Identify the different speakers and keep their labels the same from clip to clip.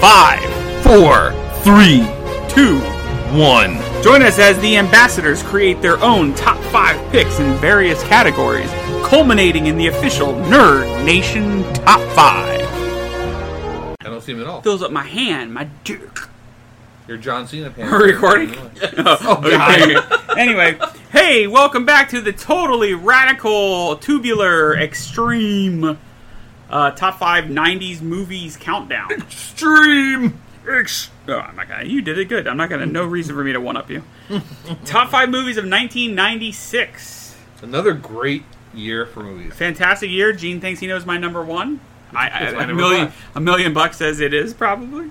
Speaker 1: Five, four, three, two, one.
Speaker 2: Join us as the ambassadors create their own top five picks in various categories, culminating in the official Nerd Nation Top 5.
Speaker 3: I don't see him at all.
Speaker 2: Fills up my hand, my dick.
Speaker 3: You're John Cena. Pants.
Speaker 2: We're recording?
Speaker 3: oh God!
Speaker 2: anyway, hey, welcome back to the totally radical, tubular, extreme uh, top five '90s movies countdown.
Speaker 3: Stream.
Speaker 2: Ex- oh, I'm not gonna. You did it good. I'm not gonna. No reason for me to one up you. top five movies of 1996.
Speaker 3: Another great year for movies.
Speaker 2: Fantastic year. Gene thinks he knows my number one. I, I,
Speaker 3: It's my
Speaker 2: a
Speaker 3: number
Speaker 2: million,
Speaker 3: five.
Speaker 2: a million bucks says it is probably.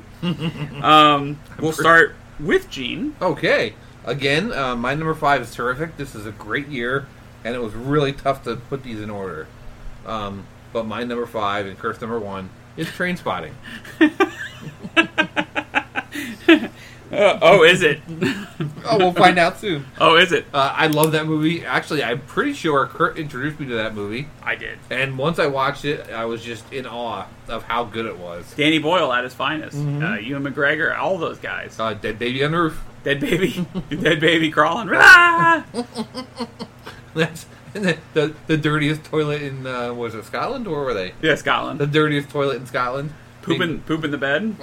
Speaker 2: um, we'll start with Gene.
Speaker 3: Okay. Again, uh, my number five is terrific. This is a great year, and it was really tough to put these in order. Um, but my number five and curse number one is Train Spotting.
Speaker 2: Uh, oh, is it?
Speaker 3: oh, we'll find out soon.
Speaker 2: Oh, is it?
Speaker 3: Uh, I love that movie. Actually, I'm pretty sure Kurt introduced me to that movie,
Speaker 2: I did.
Speaker 3: and once I watched it, I was just in awe of how good it was.
Speaker 2: Danny Boyle at his finest.
Speaker 3: Mm-hmm.
Speaker 2: Uh, Ewan McGregor, all those guys.
Speaker 3: Uh, Dead Baby on the Roof.
Speaker 2: Dead baby, dead baby crawling. Ah!
Speaker 3: That's the, the, the dirtiest toilet in uh, was it Scotland or were they
Speaker 2: Yeah,
Speaker 3: the
Speaker 2: Scotland.
Speaker 3: dirtiest toilet in Scotland?
Speaker 2: Pooping, pooping the bed.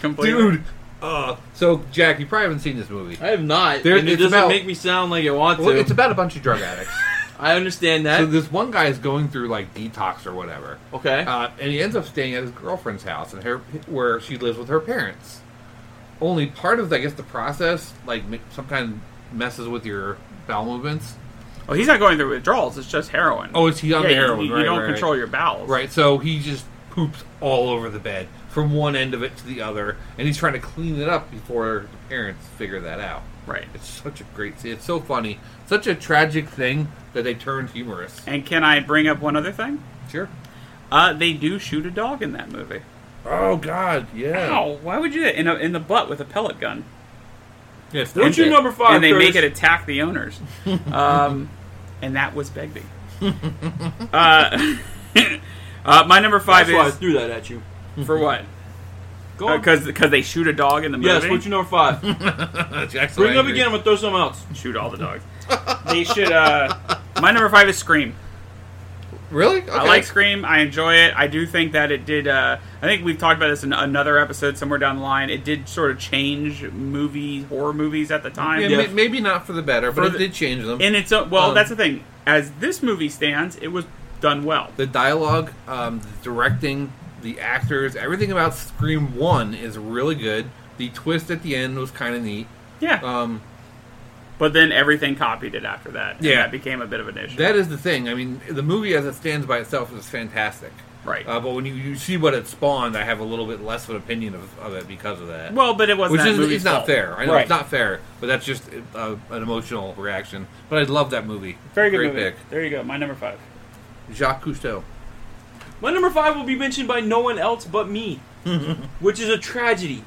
Speaker 2: Completely.
Speaker 3: dude. Uh, so Jack, you probably haven't seen this movie.
Speaker 4: I have not.
Speaker 3: There-
Speaker 4: and it
Speaker 3: it's
Speaker 4: doesn't
Speaker 3: about-
Speaker 4: make me sound like I want to.
Speaker 3: Well, it's about a bunch of drug addicts.
Speaker 4: I understand that.
Speaker 3: so this one guy is going through like detox or whatever,
Speaker 4: okay.
Speaker 3: uh, and he ends up staying at his girlfriend's house and her where she lives with her parents. Only part of I guess the process like m- some kind of messes with your bowel movements.
Speaker 2: Oh, he's not going through withdrawals. It's just heroin.
Speaker 3: Oh, is he on
Speaker 2: yeah,
Speaker 3: the
Speaker 2: you-
Speaker 3: heroin?
Speaker 2: You, you
Speaker 3: right,
Speaker 2: don't
Speaker 3: right, right.
Speaker 2: control your bowels.
Speaker 3: Right, so he just poops all over the bed from one end of it to the other, and he's trying to clean it up before the parents figure that out.
Speaker 2: Right.
Speaker 3: It's such a great scene. It's so funny. Such a tragic thing that they turned humorous.
Speaker 2: And can I bring up one other thing?
Speaker 3: Sure.
Speaker 2: Uh, they do shoot a dog in that movie.
Speaker 3: Oh God, yeah.
Speaker 2: Ow, why would you do that? In, a, in the butt with a pellet gun.
Speaker 3: Yes,
Speaker 4: What's your
Speaker 3: and-
Speaker 4: number five?
Speaker 2: and they
Speaker 4: Curtis?
Speaker 2: make it attack the owners. Um, and that was Begbie. uh, uh, my number five
Speaker 4: That's why I
Speaker 2: is
Speaker 4: threw that at you.
Speaker 2: for what?
Speaker 4: Go on.
Speaker 2: Because they shoot a dog in the
Speaker 4: yes,
Speaker 2: movie.
Speaker 4: what's your number five?
Speaker 3: Jack's so
Speaker 4: Bring it up
Speaker 3: angry.
Speaker 4: again. I'm gonna throw something else.
Speaker 2: shoot all the dogs. they should. Uh, my number five is Scream.
Speaker 3: Really? Okay.
Speaker 2: I like Scream. I enjoy it. I do think that it did. Uh, I think we've talked about this in another episode somewhere down the line. It did sort of change movie horror movies at the time.
Speaker 3: Yeah,
Speaker 4: Yeah.
Speaker 3: ma- maybe not for the better, but
Speaker 2: For
Speaker 3: it
Speaker 2: the-
Speaker 3: did change them.
Speaker 2: In its own, well,
Speaker 3: Um,
Speaker 2: that's the thing. As this movie stands, it was done well.
Speaker 3: the dialogue, um, the directing, the actors, everything about Scream One is really good. The twist at the end was kind of neat.
Speaker 2: Yeah.
Speaker 3: Um,
Speaker 2: But then everything copied it after that. and
Speaker 3: Yeah.
Speaker 2: that became a bit of an issue.
Speaker 3: That is the thing. I mean, the movie as it stands by itself is fantastic.
Speaker 2: Right.
Speaker 3: Uh, but when you, you see what it spawned, I have a little bit less of an opinion of, of it because of that.
Speaker 2: well, but it wasn't
Speaker 3: Which
Speaker 2: that
Speaker 3: is
Speaker 2: movie's
Speaker 3: it's not
Speaker 2: fault.
Speaker 3: fair. I know
Speaker 2: right.
Speaker 3: it's not fair, but that's just uh, an emotional reaction. But I love that movie.
Speaker 2: Very good
Speaker 3: Great
Speaker 2: movie.
Speaker 3: pick.
Speaker 2: There you go. My number five.
Speaker 3: Jacques Cousteau.
Speaker 4: My number five will be mentioned by no one else but me, which is a tragedy.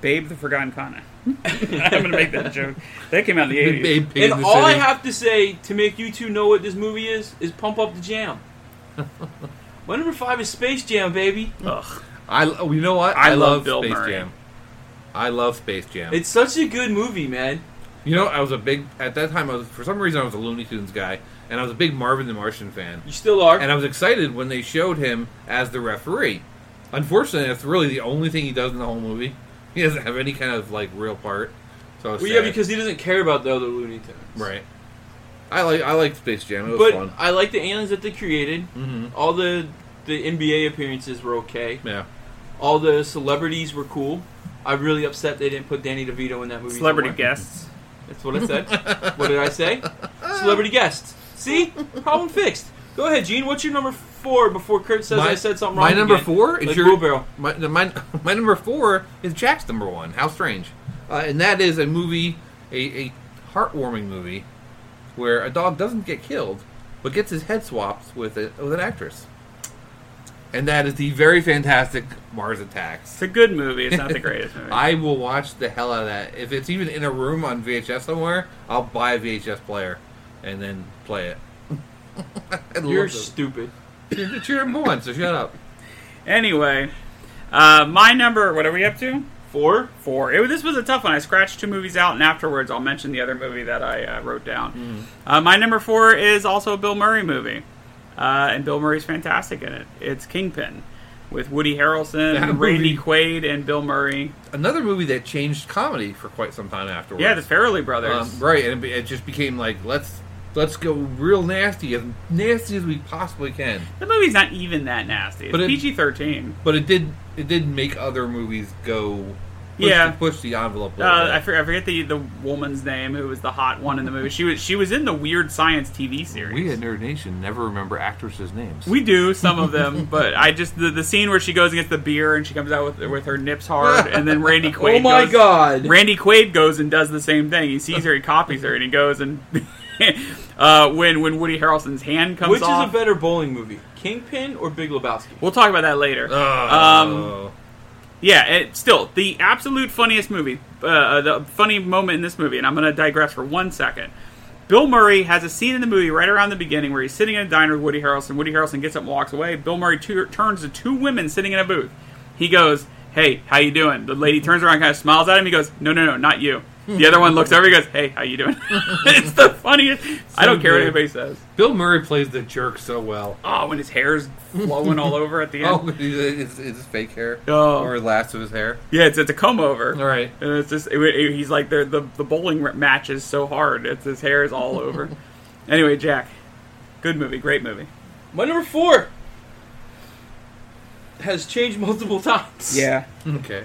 Speaker 2: Babe the Forgotten Kana. I'm going to make that joke. That came out in the 80s.
Speaker 3: Big Babe Pig in
Speaker 4: and
Speaker 3: the
Speaker 4: all I
Speaker 3: City.
Speaker 4: have to say to make you two know what this movie is is pump up the jam. My number five is Space Jam, baby.
Speaker 2: Ugh.
Speaker 3: I oh, you know what?
Speaker 2: I love
Speaker 3: love
Speaker 2: Bill
Speaker 3: Space
Speaker 2: Murray.
Speaker 3: Jam. I love Space Jam.
Speaker 4: It's such a good movie, man.
Speaker 3: you know, I was a big at that time. I was for some reason I was a Looney Tunes guy, and I was a big Marvin the Martian fan.
Speaker 4: You still are.
Speaker 3: and I was excited when they showed him as the referee. Unfortunately, that's really the only thing he does in the whole movie. He doesn't have any kind of like real part. So I was
Speaker 4: well, yeah,
Speaker 3: sad.
Speaker 4: because he doesn't care about the other Looney Tunes.
Speaker 3: right, I like I like Space Jam. It was
Speaker 4: But
Speaker 3: fun.
Speaker 4: I like the aliens that they created.
Speaker 3: Mhm.
Speaker 4: All the the NBA appearances were okay.
Speaker 3: Yeah,
Speaker 4: All the celebrities were cool. I'm really upset they didn't put Danny DeVito in that movie.
Speaker 2: Celebrity
Speaker 4: somewhere.
Speaker 2: guests.
Speaker 4: That's what I said. what did I say? Celebrity guests. See, problem fixed. Go ahead, Gene. What's your number four before Kurt says I said something wrong?
Speaker 3: My number
Speaker 4: again?
Speaker 3: four is
Speaker 4: Like
Speaker 3: your
Speaker 4: wheelbarrow.
Speaker 3: My, no, my my number four is Jack's number one. How strange! Uh, and that is a movie, a, a heartwarming movie, where a dog doesn't get killed, but gets his head swapped with a, with an actress. And that is the very fantastic Mars Attacks.
Speaker 2: It's a good movie. It's not the greatest movie.
Speaker 3: I will watch the hell out of that. If it's even in a room on VHS somewhere, I'll buy a VHS player and then play it. I love
Speaker 4: You're
Speaker 3: those.
Speaker 4: stupid.
Speaker 3: It's your number one, so shut up.
Speaker 2: Anyway, Uh, my number, what are we up to?
Speaker 4: Four.
Speaker 2: Four. It, this was a tough one. I scratched two movies out, and afterwards I'll mention the other movie that I uh, wrote down.
Speaker 3: Mm.
Speaker 2: Uh, my number four is also a Bill Murray movie, uh, and Bill Murray's fantastic in it. It's Kingpin with Woody
Speaker 3: That
Speaker 2: Harrelson,
Speaker 3: movie-
Speaker 2: Randy Quaid, and Bill Murray.
Speaker 3: Another movie that changed comedy for quite some time afterwards.
Speaker 2: Yeah, the Farrelly
Speaker 3: Um,
Speaker 2: brothers.
Speaker 3: right, and it, be- it just became like let's let's go real nasty, as nasty as we possibly can.
Speaker 2: the movie's not even that nasty. It's
Speaker 3: But it-
Speaker 2: PG thirteen.
Speaker 3: But it did it did make other movies go push
Speaker 2: Yeah.
Speaker 3: the, push the envelope. A little
Speaker 2: Uh,
Speaker 3: bit.
Speaker 2: I forget, I forget the the woman's name who was the hot one in the movie. She was she was in the Weird Science TV series.
Speaker 3: we at Nerd Nation never remember actresses' names.
Speaker 2: We do some of them, but I just the, the scene where she goes and gets the beer and she comes out with with her nips hard, and then Randy Quaid.
Speaker 4: oh my
Speaker 2: goes-
Speaker 4: god.
Speaker 2: Randy Quaid goes and does the same thing. He sees her, he copies her, and he goes and uh, when when Woody Harrelson's hand comes
Speaker 4: Which
Speaker 2: off.
Speaker 4: is a better bowling movie, Kingpin or Big Lebowski?
Speaker 2: we'll talk about that later. Um,
Speaker 3: Oh.
Speaker 2: Yeah, it, still the absolute funniest movie, uh, the funny moment in this movie, and I'm going to digress for one second. Bill Murray has a scene in the movie right around the beginning where he's sitting in a diner with Woody Harrelson. Woody Harrelson gets up and walks away. Bill Murray tu- turns to two women sitting in a booth. He goes, "Hey, how you doing?" The lady turns around, kind of smiles at him. He goes, "No, no, no, not you." The other one looks over. He goes, "Hey, how you doing?" it's the funniest. I don't care what
Speaker 3: good.
Speaker 2: anybody says.
Speaker 3: Bill Murray plays the jerk so well.
Speaker 2: Oh, when his hair's flowing all over at the end.
Speaker 3: Oh, is, is his fake hair
Speaker 2: Oh.
Speaker 3: or last of his hair?
Speaker 2: Yeah, it's it's a comb over.
Speaker 3: All right.
Speaker 2: And it's just it, it- he's like the the the bowling r- match is so hard. It's his hair is all over. anyway, Jack, good movie, great movie.
Speaker 4: My number four has changed multiple times.
Speaker 3: Okay.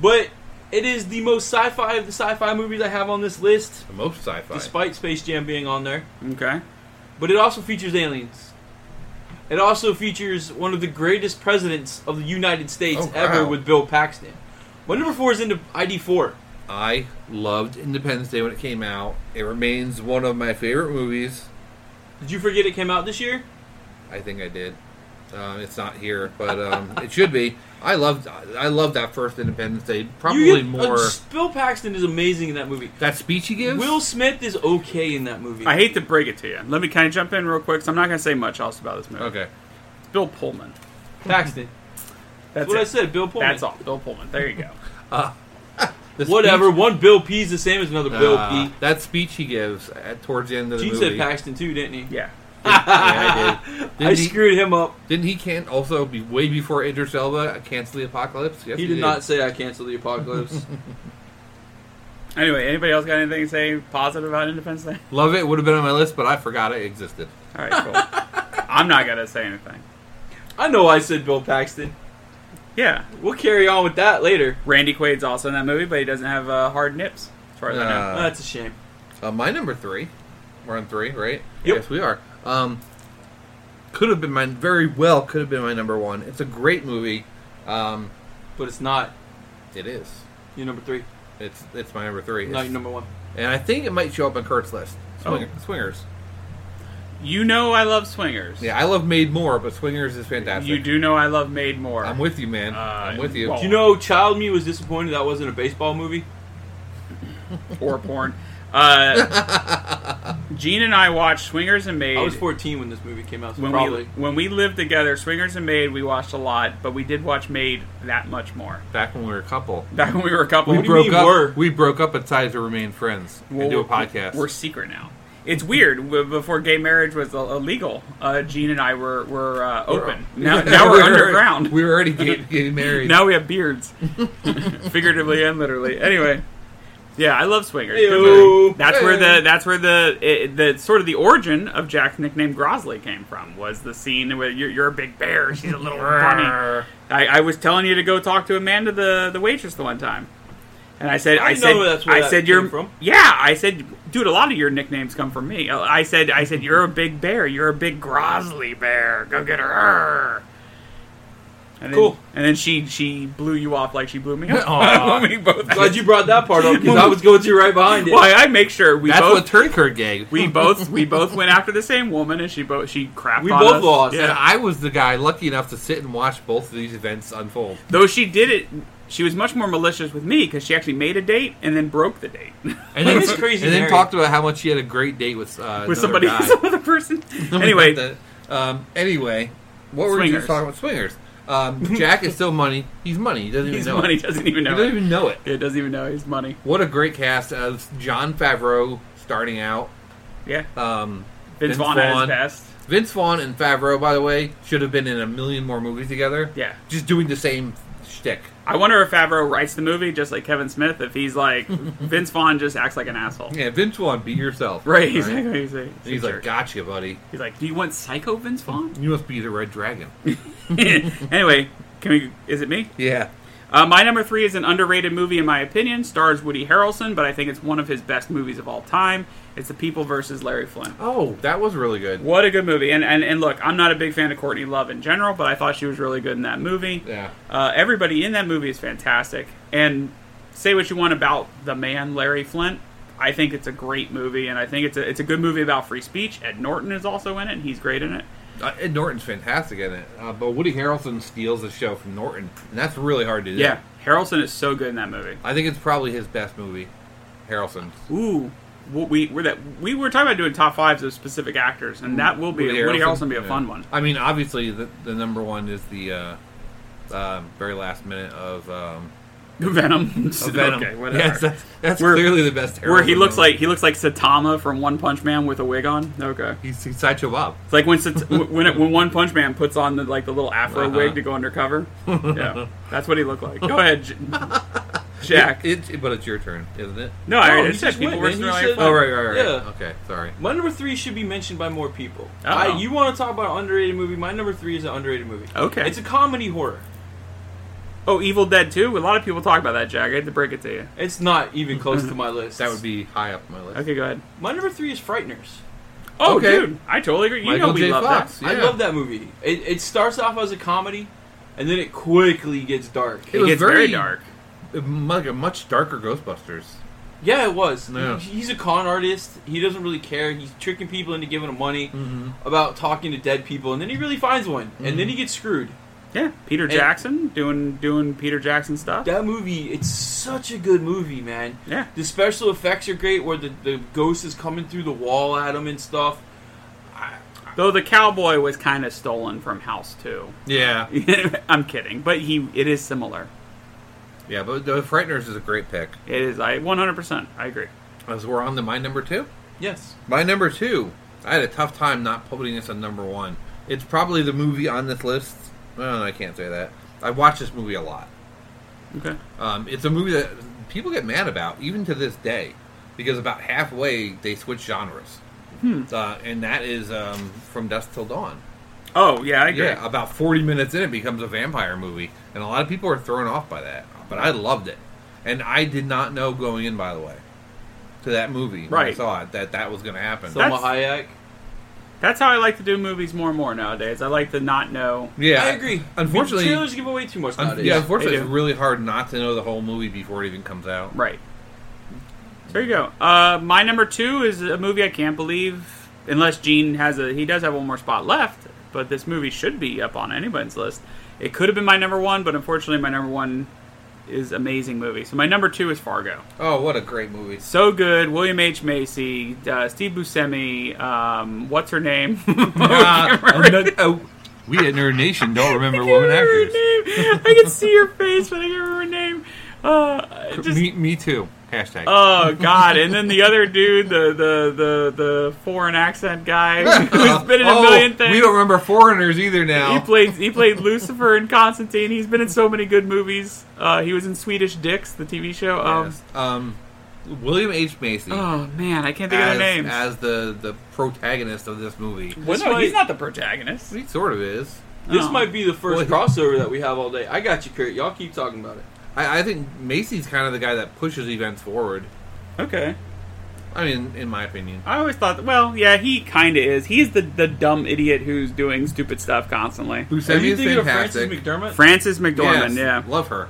Speaker 4: But it is the most sci-fi of the sci-fi movies I have on this list,
Speaker 3: The most sci-fi.
Speaker 4: despite Space Jam being on there.
Speaker 2: Okay.
Speaker 4: But it also features aliens. It also features one of the greatest presidents of the United States
Speaker 3: Oh, wow.
Speaker 4: ever with Bill Paxton. My number four is into ID4.
Speaker 3: I loved Independence Day when it came out. It remains one of my favorite movies.
Speaker 4: Did you forget it came out this year?
Speaker 3: I think I did. Um, it's not here, but um, it should be. I loved I loved that first Independence Day probably
Speaker 4: You get-
Speaker 3: more.
Speaker 4: uh, Bill Paxton is amazing in that movie.
Speaker 3: that speech he gives.
Speaker 4: Will Smith is okay in that movie.
Speaker 2: I hate to break it to you. Let me kind of jump in real quick. So I'm not going to say much else about this movie.
Speaker 3: okay.
Speaker 2: It's Bill Pullman.
Speaker 4: Paxton.
Speaker 2: That's
Speaker 4: That's what
Speaker 2: it.
Speaker 4: I said. Bill Pullman.
Speaker 2: That's all. Bill Pullman. There you go.
Speaker 3: The
Speaker 4: Whatever.
Speaker 3: speech-
Speaker 4: One Bill P is the same as another Bill
Speaker 3: uh,
Speaker 4: P.
Speaker 3: that speech he gives at, towards the end of the
Speaker 4: Gene
Speaker 3: movie.
Speaker 4: said Paxton too, didn't he?
Speaker 2: Yeah.
Speaker 3: yeah, I did. Didn't
Speaker 4: I
Speaker 3: he-
Speaker 4: screwed him up.
Speaker 3: Didn't he can also be way before Idris Elba cancel the apocalypse? Yes,
Speaker 4: He did not say I canceled the apocalypse.
Speaker 2: Anyway, anybody else got anything to say positive about Independence Day?
Speaker 3: Love it. Would have been on my list, but I forgot it existed.
Speaker 2: All right, cool. I'm not going to say anything.
Speaker 4: I know I said Bill Paxton.
Speaker 2: Yeah.
Speaker 4: We'll carry on with that later.
Speaker 2: Randy Quaid's also in that movie, but he doesn't have uh, hard nips, as far as I know.
Speaker 3: Uh,
Speaker 4: That's a shame.
Speaker 3: Uh, my number three. We're on three, right?
Speaker 4: Yep.
Speaker 3: Yes, we are. Um, could have been my very well could have been my number one. It's a great movie. Um,
Speaker 4: But it's not.
Speaker 3: it is.
Speaker 4: You're number three.
Speaker 3: It's it's my number three.
Speaker 4: Not
Speaker 3: It's-
Speaker 4: your number one.
Speaker 3: and I think it might show up on Kurt's list.
Speaker 2: Oh.
Speaker 3: Swing- Swingers.
Speaker 2: You know I love swingers.
Speaker 3: Yeah, I love Made More, but Swingers is fantastic.
Speaker 2: You do know I love Made More.
Speaker 3: I'm with you, man.
Speaker 2: Uh,
Speaker 3: I'm with you.
Speaker 2: well-
Speaker 4: You know, Child Me was disappointed that wasn't a baseball movie.
Speaker 2: or porn. Uh, Gene and I watched Swingers and Maid.
Speaker 4: I was 14 when this movie came out, so
Speaker 2: when
Speaker 4: probably.
Speaker 2: we when we lived together, Swingers and Maid, we watched a lot, but we did watch Maid that much more.
Speaker 3: Back when we were a couple,
Speaker 2: Back when we were a couple,
Speaker 4: We
Speaker 2: we
Speaker 4: do you
Speaker 3: broke
Speaker 4: mean
Speaker 3: up.
Speaker 4: were?
Speaker 3: We broke up and decided to remain friends
Speaker 2: well,
Speaker 3: and do a
Speaker 2: we're-
Speaker 3: podcast.
Speaker 2: We're secret now. It's weird. w- Before gay marriage was ill- illegal, uh, Gene and I were were uh, open. Now, now we're underground.
Speaker 3: We were already getting, getting married.
Speaker 2: now we have beards, figuratively and literally. Anyway, yeah, I love swingers. Good
Speaker 4: Ew.
Speaker 2: movie. That's where
Speaker 3: Hey.
Speaker 2: the that's where the it, the sort of the origin of Jack's nickname Grosley came from was the scene where you're, you're a big bear, she's a little bunny. I, I was telling you to go talk to Amanda, the the waitress, the one time, and I said
Speaker 4: I
Speaker 2: I,
Speaker 4: didn't
Speaker 2: said
Speaker 4: know that's where
Speaker 2: I
Speaker 4: that
Speaker 2: said you're
Speaker 4: came from.
Speaker 2: yeah I said dude a lot of your nicknames come from me. Uh, I said I said you're a big bear, you're a big Grosley bear. Go get her. And then,
Speaker 4: Cool.
Speaker 2: And then she she blew you off like she blew me
Speaker 3: Aw.
Speaker 2: off. we both.
Speaker 4: Glad you brought that part up because I was going to right behind it.
Speaker 2: Why I make sure we
Speaker 3: That's what
Speaker 2: both
Speaker 3: turned Kurt gay.
Speaker 2: we both we both went after the same woman, and she both she crapped.
Speaker 4: We
Speaker 2: on
Speaker 4: both
Speaker 2: us.
Speaker 4: lost.
Speaker 2: Yeah.
Speaker 3: And I was the guy lucky enough to sit and watch both of these events unfold.
Speaker 2: Though she did it, she was much more malicious with me because she actually made a date and then broke the date.
Speaker 3: And
Speaker 4: That is crazy,
Speaker 3: And then
Speaker 4: Harry.
Speaker 3: talked about how much she had a great date with uh,
Speaker 2: with somebody,
Speaker 3: another guy.
Speaker 2: some other person.
Speaker 3: We
Speaker 2: anyway,
Speaker 3: got the- um, anyway, what were we
Speaker 2: Swingers.
Speaker 3: just talking about? Swingers. Um, Jack is still money. He's money. He doesn't
Speaker 2: He's
Speaker 3: even know.
Speaker 2: money.
Speaker 3: It.
Speaker 2: Doesn't even
Speaker 3: He
Speaker 2: know.
Speaker 3: doesn't
Speaker 2: It.
Speaker 3: even know it.
Speaker 2: Yeah, doesn't even know he's money.
Speaker 3: What a great cast of John Favreau starting out.
Speaker 2: Yeah,
Speaker 3: Um,
Speaker 2: Vince, Vaughn at his best.
Speaker 3: Vince Vaughn and Favreau, by the way, should have been in a million more movies together.
Speaker 2: Yeah.
Speaker 3: Just doing the same shtick.
Speaker 2: I wonder if Favreau writes the movie just like Kevin Smith. If he's like Vince Vaughn, just acts like an asshole.
Speaker 3: Yeah, Vince Vaughn, be yourself.
Speaker 2: Right? He's like, he's, like,
Speaker 3: And he's like, gotcha, buddy.
Speaker 2: he's like, do you want Psycho Vince Vaughn?
Speaker 3: You must be the Red Dragon.
Speaker 2: anyway, can we? Is it me?
Speaker 3: yeah.
Speaker 2: Uh, my number three is an underrated movie, in my opinion. Stars Woody Harrelson, but I think it's one of his best movies of all time. It's The People versus Larry Flynn.
Speaker 3: Oh, that was really good.
Speaker 2: What a good movie! And and, and look, I'm not a big fan of Courtney Love in general, but I thought she was really good in that movie.
Speaker 3: Yeah.
Speaker 2: Uh, everybody in that movie is fantastic. And say what you want about the man Larry Flint, I think it's a great movie, and I think it's a it's a good movie about free speech. Ed Norton is also in it, and he's great in it.
Speaker 3: Uh, Ed Norton's fantastic in it. Uh, but Woody Harrelson steals the show from Norton, and that's really hard to do.
Speaker 2: Yeah, Harrelson is so good in that movie.
Speaker 3: I think it's probably his best movie, Harrelson's.
Speaker 2: Ooh, what we were that we were talking about doing top fives of specific actors, and that will be Woody Harrelson will be a
Speaker 3: Mm. yeah.
Speaker 2: fun one.
Speaker 3: I mean, obviously, the, the number one is the uh, um very last minute of, um,
Speaker 2: Venom.
Speaker 3: of Oh, Venom.
Speaker 2: Okay, whatever.
Speaker 3: Yes, that's, that's
Speaker 2: Where-
Speaker 3: clearly the best. Harrelson
Speaker 2: Where he looks
Speaker 3: movie.
Speaker 2: like he looks like Satama from One Punch Man with a wig on. Okay.
Speaker 3: he's, he's Sideshow Bob.
Speaker 2: It's like when Sat- when it, when One Punch Man puts on the like the little afro
Speaker 3: Uh-huh.
Speaker 2: wig to go undercover. Yeah, that's what he looked like. Go ahead, J- Jack.
Speaker 3: It, it- but it's your turn, isn't it?
Speaker 2: no, I
Speaker 4: No,
Speaker 2: already
Speaker 4: he
Speaker 2: said
Speaker 4: just
Speaker 2: people
Speaker 4: went,
Speaker 2: were
Speaker 4: man. He
Speaker 2: throwing-
Speaker 4: said-
Speaker 3: Oh, right, right, right.
Speaker 4: Yeah.
Speaker 3: Okay, sorry.
Speaker 4: My number three should be mentioned by more people.
Speaker 2: Uh-oh.
Speaker 4: I, you want to talk about underrated movie? My number three is an underrated movie.
Speaker 2: Okay.
Speaker 4: It's a comedy horror.
Speaker 2: Oh, Evil Dead 2? A lot of people talk about that, Jack. I had to break it to you.
Speaker 4: It's not even close to my list.
Speaker 3: That would be high up my list.
Speaker 2: Okay, go ahead.
Speaker 4: my number three is Frighteners.
Speaker 2: Oh,
Speaker 3: Okay.
Speaker 2: dude, I totally agree. You
Speaker 3: Michael
Speaker 2: know we
Speaker 3: J.
Speaker 2: love
Speaker 3: Fox.
Speaker 2: that.
Speaker 4: I
Speaker 3: Yeah.
Speaker 4: love that movie. It, it starts off as a comedy, and then it quickly gets dark.
Speaker 3: It
Speaker 2: It,
Speaker 3: was
Speaker 2: gets very,
Speaker 3: very-
Speaker 2: dark.
Speaker 3: Like a much darker Ghostbusters.
Speaker 4: Yeah, it was.
Speaker 3: Yeah.
Speaker 4: He- he's a con artist. He doesn't really care. He's tricking people into giving him money
Speaker 3: Mm-hmm.
Speaker 4: about talking to dead people, and then he really finds one, and then he gets screwed.
Speaker 2: Yeah, Peter
Speaker 4: And-
Speaker 2: Jackson doing doing Peter Jackson stuff.
Speaker 4: That movie, it's such a good movie, man.
Speaker 2: Yeah.
Speaker 4: The special effects are great, where the, the ghost is coming through the wall at him and stuff.
Speaker 2: Though the cowboy was kind of stolen from House 2.
Speaker 3: Yeah,
Speaker 2: I'm kidding, but he it is similar.
Speaker 3: yeah. But the Frighteners is a great pick.
Speaker 2: It is I 100%. I agree.
Speaker 3: As we're on to my number two.
Speaker 4: Yes.
Speaker 3: My number two. I had a tough time not putting this on number one. It's probably the movie on this list. Well, no, I can't say that. I watch this movie a lot.
Speaker 2: Okay.
Speaker 3: Um, it's a movie that people get mad about, even to this day, because about halfway they switch genres, uh, and that is um, from Dusk Till Dawn.
Speaker 2: Oh, yeah, I agree.
Speaker 3: Yeah, about 40 minutes in, it becomes a vampire movie, and a lot of people are thrown off by that. But I loved it, and I did not know going in, by the way, to that movie when I
Speaker 2: Right.
Speaker 3: saw it that that was going to happen.
Speaker 4: Selma
Speaker 2: That's-
Speaker 4: Hayek.
Speaker 2: That's how I like to do movies more and more nowadays. I like to not know.
Speaker 3: yeah,
Speaker 4: I agree.
Speaker 3: Unfortunately,
Speaker 4: I mean, trailers give away too much
Speaker 3: un-
Speaker 4: nowadays.
Speaker 3: yeah,
Speaker 2: They
Speaker 3: unfortunately,
Speaker 2: do.
Speaker 3: it's really hard not to know the whole movie before it even comes out.
Speaker 2: Right. There you go. Uh, my number two is a movie I can't believe, unless Gene has a. He does have one more spot left, but this movie should be up on anybody's list. It could have been my number one, but unfortunately, my number one is amazing movie. So my number two is Fargo.
Speaker 3: Oh, what a great movie!
Speaker 2: So good. William H Macy, uh, Steve Buscemi. Um, what's her name?
Speaker 3: Ah, another- oh, we in our nation don't remember women
Speaker 2: her
Speaker 3: actors.
Speaker 2: name. I can see her face, but I can't remember her name. Uh, just
Speaker 3: Me, me too. Hashtag.
Speaker 2: Oh God! And then the other dude, the the the, the foreign accent guy, who's been in a
Speaker 3: Oh,
Speaker 2: million things.
Speaker 3: We don't remember foreigners either now.
Speaker 2: He played he played Lucifer in Constantine. He's been in so many good movies. Uh, he was in Swedish Dicks, the TV show. Um,
Speaker 3: Yes. um, William H Macy
Speaker 2: Oh man, I can't think of
Speaker 3: as,
Speaker 2: their names.
Speaker 3: as the the protagonist of this movie.
Speaker 2: well,
Speaker 4: This
Speaker 2: no,
Speaker 4: might-
Speaker 2: he's not the protagonist.
Speaker 3: He sort of is.
Speaker 4: This
Speaker 2: Oh.
Speaker 4: might be the first
Speaker 3: Well,
Speaker 4: crossover that we have all day. I got you, Kurt. Y'all keep talking about it.
Speaker 3: I, I think Macy's kind of the guy that pushes events forward.
Speaker 2: Okay,
Speaker 3: I mean, in my opinion.
Speaker 2: I always thought. Well, yeah, he kind of is. He's the the dumb idiot who's doing stupid stuff constantly.
Speaker 4: Are
Speaker 3: Buscemi
Speaker 4: you
Speaker 3: is
Speaker 4: thinking
Speaker 3: fantastic.
Speaker 4: of Francis McDermott?
Speaker 2: Francis McDormand. Yeah,
Speaker 3: Yes, love her.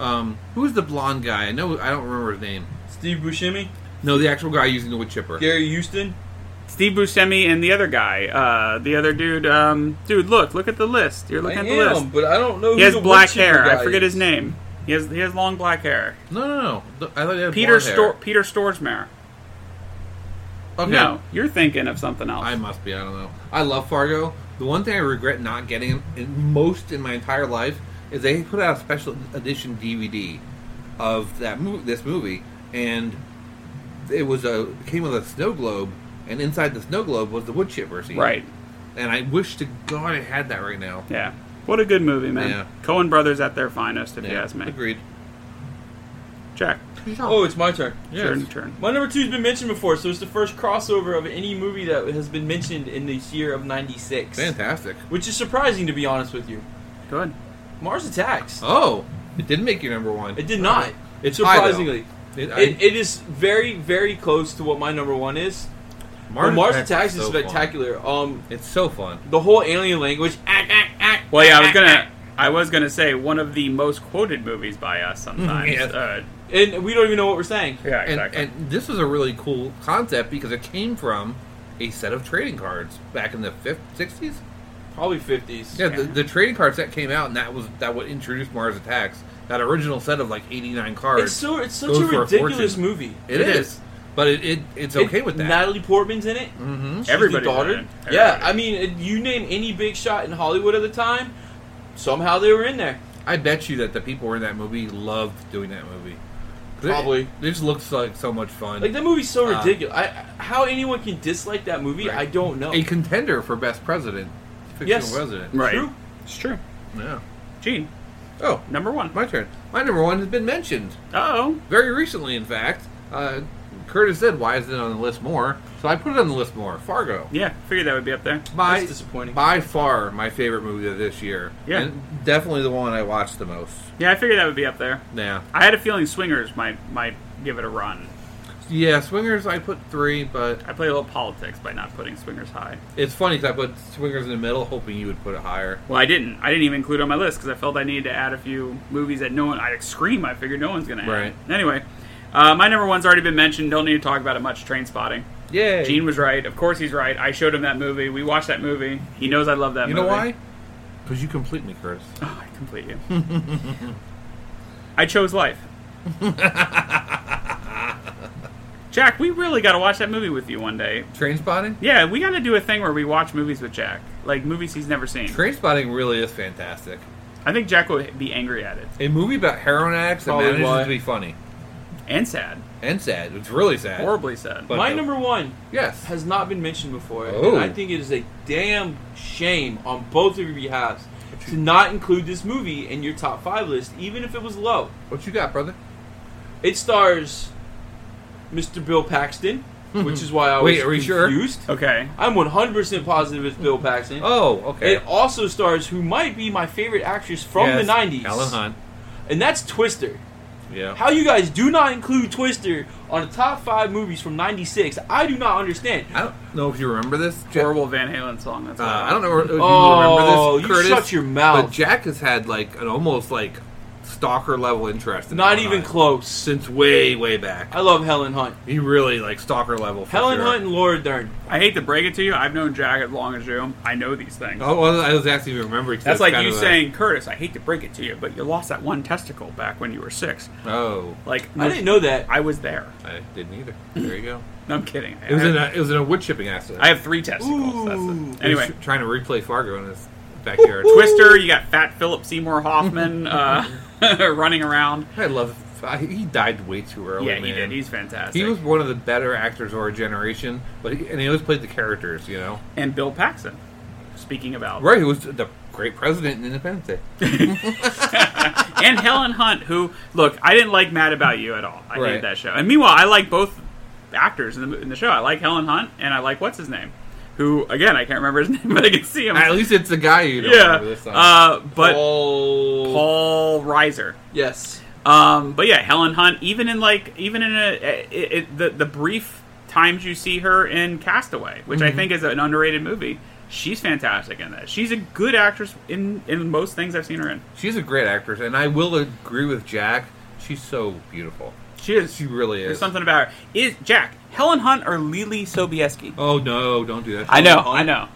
Speaker 3: Um, who's the blonde guy? I know I don't remember his name.
Speaker 4: Steve Buscemi?
Speaker 3: No, the actual guy using the wood chipper.
Speaker 4: Gary Houston?
Speaker 2: Steve Buscemi and the other guy, uh, the other dude. Um, dude, look, look at the list. You're looking
Speaker 4: I
Speaker 2: at the list.
Speaker 4: am, but I don't know
Speaker 2: He
Speaker 4: who
Speaker 2: has
Speaker 4: the
Speaker 2: black
Speaker 4: wood chipper
Speaker 2: hair. I
Speaker 4: guy
Speaker 2: forget
Speaker 4: is.
Speaker 2: his name. He has he has long black hair.
Speaker 3: No, no, no. Th- I thought he had
Speaker 2: Peter
Speaker 3: blonde hair.
Speaker 2: Stor- Peter Stormare.
Speaker 3: Okay.
Speaker 2: No, you're thinking of something else.
Speaker 3: I must be. I don't know. I love Fargo, The one thing I regret not getting in most in my entire life is they put out a special edition DVD of that movie, this movie, and it was a came with a snow globe, and inside the snow globe was the wood chipper scene.
Speaker 2: Right.
Speaker 3: And I wish to God I had that right now.
Speaker 2: Yeah. What a good movie, man.
Speaker 3: Yeah.
Speaker 2: Cohen Brothers at their finest, if you
Speaker 3: Yeah,
Speaker 2: ask me.
Speaker 3: Agreed.
Speaker 2: Jack,
Speaker 4: Oh, it's my turn.
Speaker 3: Yes.
Speaker 2: turn, turn.
Speaker 4: My number two's been mentioned before, so it's the first crossover of any movie that has been mentioned in this year of '96,
Speaker 3: Fantastic.
Speaker 4: which is surprising to be honest with you.
Speaker 2: Go ahead.
Speaker 4: Mars Attacks.
Speaker 3: Oh, it did make your number one.
Speaker 4: It did not.
Speaker 3: It's high, though.
Speaker 4: surprisingly.
Speaker 3: It- I-
Speaker 4: It, it is very, very close to what my number one is. But Mars Attacks is
Speaker 3: so fun.
Speaker 4: spectacular. Um,
Speaker 3: It's so fun.
Speaker 4: the whole alien language. ah, ah, ah,
Speaker 2: Well, yeah, I was
Speaker 4: ah,
Speaker 2: gonna, I was gonna say one of the most quoted movies by us sometimes.
Speaker 3: Yeah.
Speaker 2: Uh,
Speaker 4: ah. and we don't even know what we're saying.
Speaker 2: yeah,
Speaker 3: And,
Speaker 2: exactly.
Speaker 3: and this was a really cool concept because it came from a set of trading cards back in the 50s, 60s.
Speaker 4: Probably fifties.
Speaker 3: Yeah, The, the trading cards that came out and that was that what introduced Mars Attacks. That original set of like 89 cards.
Speaker 4: It's so it's such
Speaker 3: Goes
Speaker 4: a
Speaker 3: for a
Speaker 4: ridiculous
Speaker 3: fortune.
Speaker 4: movie.
Speaker 3: it
Speaker 2: it
Speaker 3: is.
Speaker 2: is.
Speaker 3: But it, it it's okay
Speaker 4: It-
Speaker 3: with that.
Speaker 4: Natalie Portman's in it.
Speaker 3: mm-hmm.
Speaker 4: She's the
Speaker 2: Everybody's in
Speaker 4: daughter.
Speaker 2: it.
Speaker 4: Yeah,
Speaker 2: Everybody.
Speaker 4: I mean, it- you name any big shot in Hollywood at the time, somehow they were in there.
Speaker 3: I bet you that the people who were in that movie loved doing that movie. 'Cause it-
Speaker 4: Probably.
Speaker 3: It, just looks like so much fun.
Speaker 4: Like that movie's so
Speaker 3: Uh,
Speaker 4: ridiculous. I, how anyone can dislike that movie,
Speaker 3: Right.
Speaker 4: I don't know.
Speaker 3: a contender for best president. Fictional
Speaker 4: Yes.
Speaker 3: president.
Speaker 2: right.
Speaker 4: True.
Speaker 2: It's true.
Speaker 3: Yeah.
Speaker 2: Gene,
Speaker 3: Oh,
Speaker 2: number one.
Speaker 3: my turn. My number one has been mentioned.
Speaker 2: Oh,
Speaker 3: very recently, in fact. Uh, Curtis said, "Why is it on the list more?" So I put it on the list more. Fargo,
Speaker 2: yeah. Figured that would be up there.
Speaker 3: by
Speaker 4: That's disappointing.
Speaker 3: by far my favorite movie of this year.
Speaker 2: Yeah.
Speaker 3: and definitely the one I watched the most.
Speaker 2: Yeah, I figured that would be up there.
Speaker 3: Yeah,
Speaker 2: I had a feeling Swingers might might give it a run.
Speaker 3: yeah. Swingers, I put three, but
Speaker 2: I play a little politics by not putting Swingers high.
Speaker 3: it's funny because I put Swingers in the middle, hoping you would put it higher.
Speaker 2: Well, I didn't. I didn't even include it on my list because I felt I needed to add a few movies that no one. I scream. I figured no one's gonna. Add.
Speaker 3: Right.
Speaker 2: Anyway, uh, my number one's already been mentioned. Don't need to talk about it much. Train Spotting.
Speaker 3: Yeah,
Speaker 2: Gene was right. Of course he's right. I showed him that movie. We watched that movie. He knows I love that.
Speaker 3: you know
Speaker 2: movie.
Speaker 3: why? Because you complete me, Curtis.
Speaker 2: Oh, I complete you. I chose life. Jack, we really got to watch that movie with you one day.
Speaker 3: Train spotting.
Speaker 2: Yeah, we got to do a thing where we watch movies with Jack, like movies he's never seen.
Speaker 3: Train spotting really is fantastic.
Speaker 2: I think Jack would be angry at it
Speaker 3: A movie about heroin addicts that
Speaker 4: Probably
Speaker 3: manages
Speaker 4: why.
Speaker 3: to be funny
Speaker 2: and sad,
Speaker 3: and sad. It's really sad.
Speaker 2: horribly sad.
Speaker 3: But-
Speaker 4: My number one
Speaker 3: Yes.
Speaker 4: has not been mentioned before,
Speaker 3: Oh.
Speaker 4: and I think it is a damn shame on both of your behalves to not include this movie in your top five list, even if it was low.
Speaker 3: What you got, brother?
Speaker 4: It stars Mr. Bill Paxton, which is why I was
Speaker 3: Wait, are we sure?
Speaker 4: confused.
Speaker 2: Okay,
Speaker 4: I'm 100% positive it's Bill Paxton.
Speaker 3: Oh, okay.
Speaker 4: It also stars who might be my favorite actress from
Speaker 3: Yes,
Speaker 4: the 90s.
Speaker 3: Helen Hunt.
Speaker 4: And that's Twister.
Speaker 3: Yeah.
Speaker 4: How you guys do not include Twister on the top five movies from 96, I do not understand.
Speaker 3: I don't know if you remember this. Jack-
Speaker 2: horrible Van Halen song. That's
Speaker 3: Uh,
Speaker 2: all.
Speaker 3: I don't know if you
Speaker 4: Oh,
Speaker 3: remember this,
Speaker 4: you
Speaker 3: Curtis.
Speaker 4: shut your mouth.
Speaker 3: But Jack has had like an almost like stalker level interest. In
Speaker 4: Not
Speaker 3: Helen
Speaker 4: even
Speaker 3: Hunt
Speaker 4: close.
Speaker 3: since way way back.
Speaker 4: I love Helen Hunt.
Speaker 3: He really like stalker level. For
Speaker 4: Helen
Speaker 3: sure.
Speaker 4: Hunt and Laura Dern.
Speaker 2: I hate to break it to you. I've known Jack as long as you. I know these things.
Speaker 3: Oh, well, I was actually remembering. 'cause
Speaker 2: That's
Speaker 3: it's
Speaker 2: like
Speaker 3: kind
Speaker 2: you
Speaker 3: of a-
Speaker 2: saying, Curtis. I hate to break it to you, but you lost that one testicle back when you were six.
Speaker 3: Oh,
Speaker 2: Like
Speaker 4: I didn't know that.
Speaker 2: I was there.
Speaker 3: I didn't either. There you go.
Speaker 2: No, I'm kidding.
Speaker 3: It was
Speaker 2: I,
Speaker 3: in a it was in a wood chipping accident.
Speaker 2: I have three testicles. That's
Speaker 4: Ooh.
Speaker 2: it. Anyway,
Speaker 3: He was trying to replay Fargo in his backyard.
Speaker 2: Twister. You got Fat Philip Seymour Hoffman uh, running around.
Speaker 3: I love. I, he died way too early.
Speaker 2: yeah, he
Speaker 3: man.
Speaker 2: did. He's fantastic.
Speaker 3: He was one of the better actors of our generation, but he, and he always played the characters, you know.
Speaker 2: and Bill Paxton. Speaking about
Speaker 3: Right, he was the great president in Independence Day.
Speaker 2: and Helen Hunt, who look, I didn't like Mad About You at all. I
Speaker 3: Right.
Speaker 2: hated that show. And meanwhile, I like both actors in the, in the show. I like Helen Hunt and I like what's his name, who again I can't remember his name, but I can see him.
Speaker 3: At least it's the guy you don't
Speaker 2: yeah,
Speaker 3: remember this time.
Speaker 2: uh, but Paul,
Speaker 4: Paul.
Speaker 2: Reiser.
Speaker 4: Yes.
Speaker 2: Um, but yeah, Helen Hunt, even in like even in a it, it, the the brief times you see her in Castaway, which
Speaker 3: Mm-hmm.
Speaker 2: I think is an underrated movie. She's fantastic in that. She's a good actress in in most things I've seen her in.
Speaker 3: She's a great actress, and I will agree with Jack. She's so beautiful.
Speaker 2: She is.
Speaker 3: She really
Speaker 2: There's
Speaker 3: is.
Speaker 2: something about her. Is Jack Helen Hunt or Lily Sobieski?
Speaker 3: Oh no, don't do that.
Speaker 2: I know,
Speaker 4: Hunt.
Speaker 2: I know.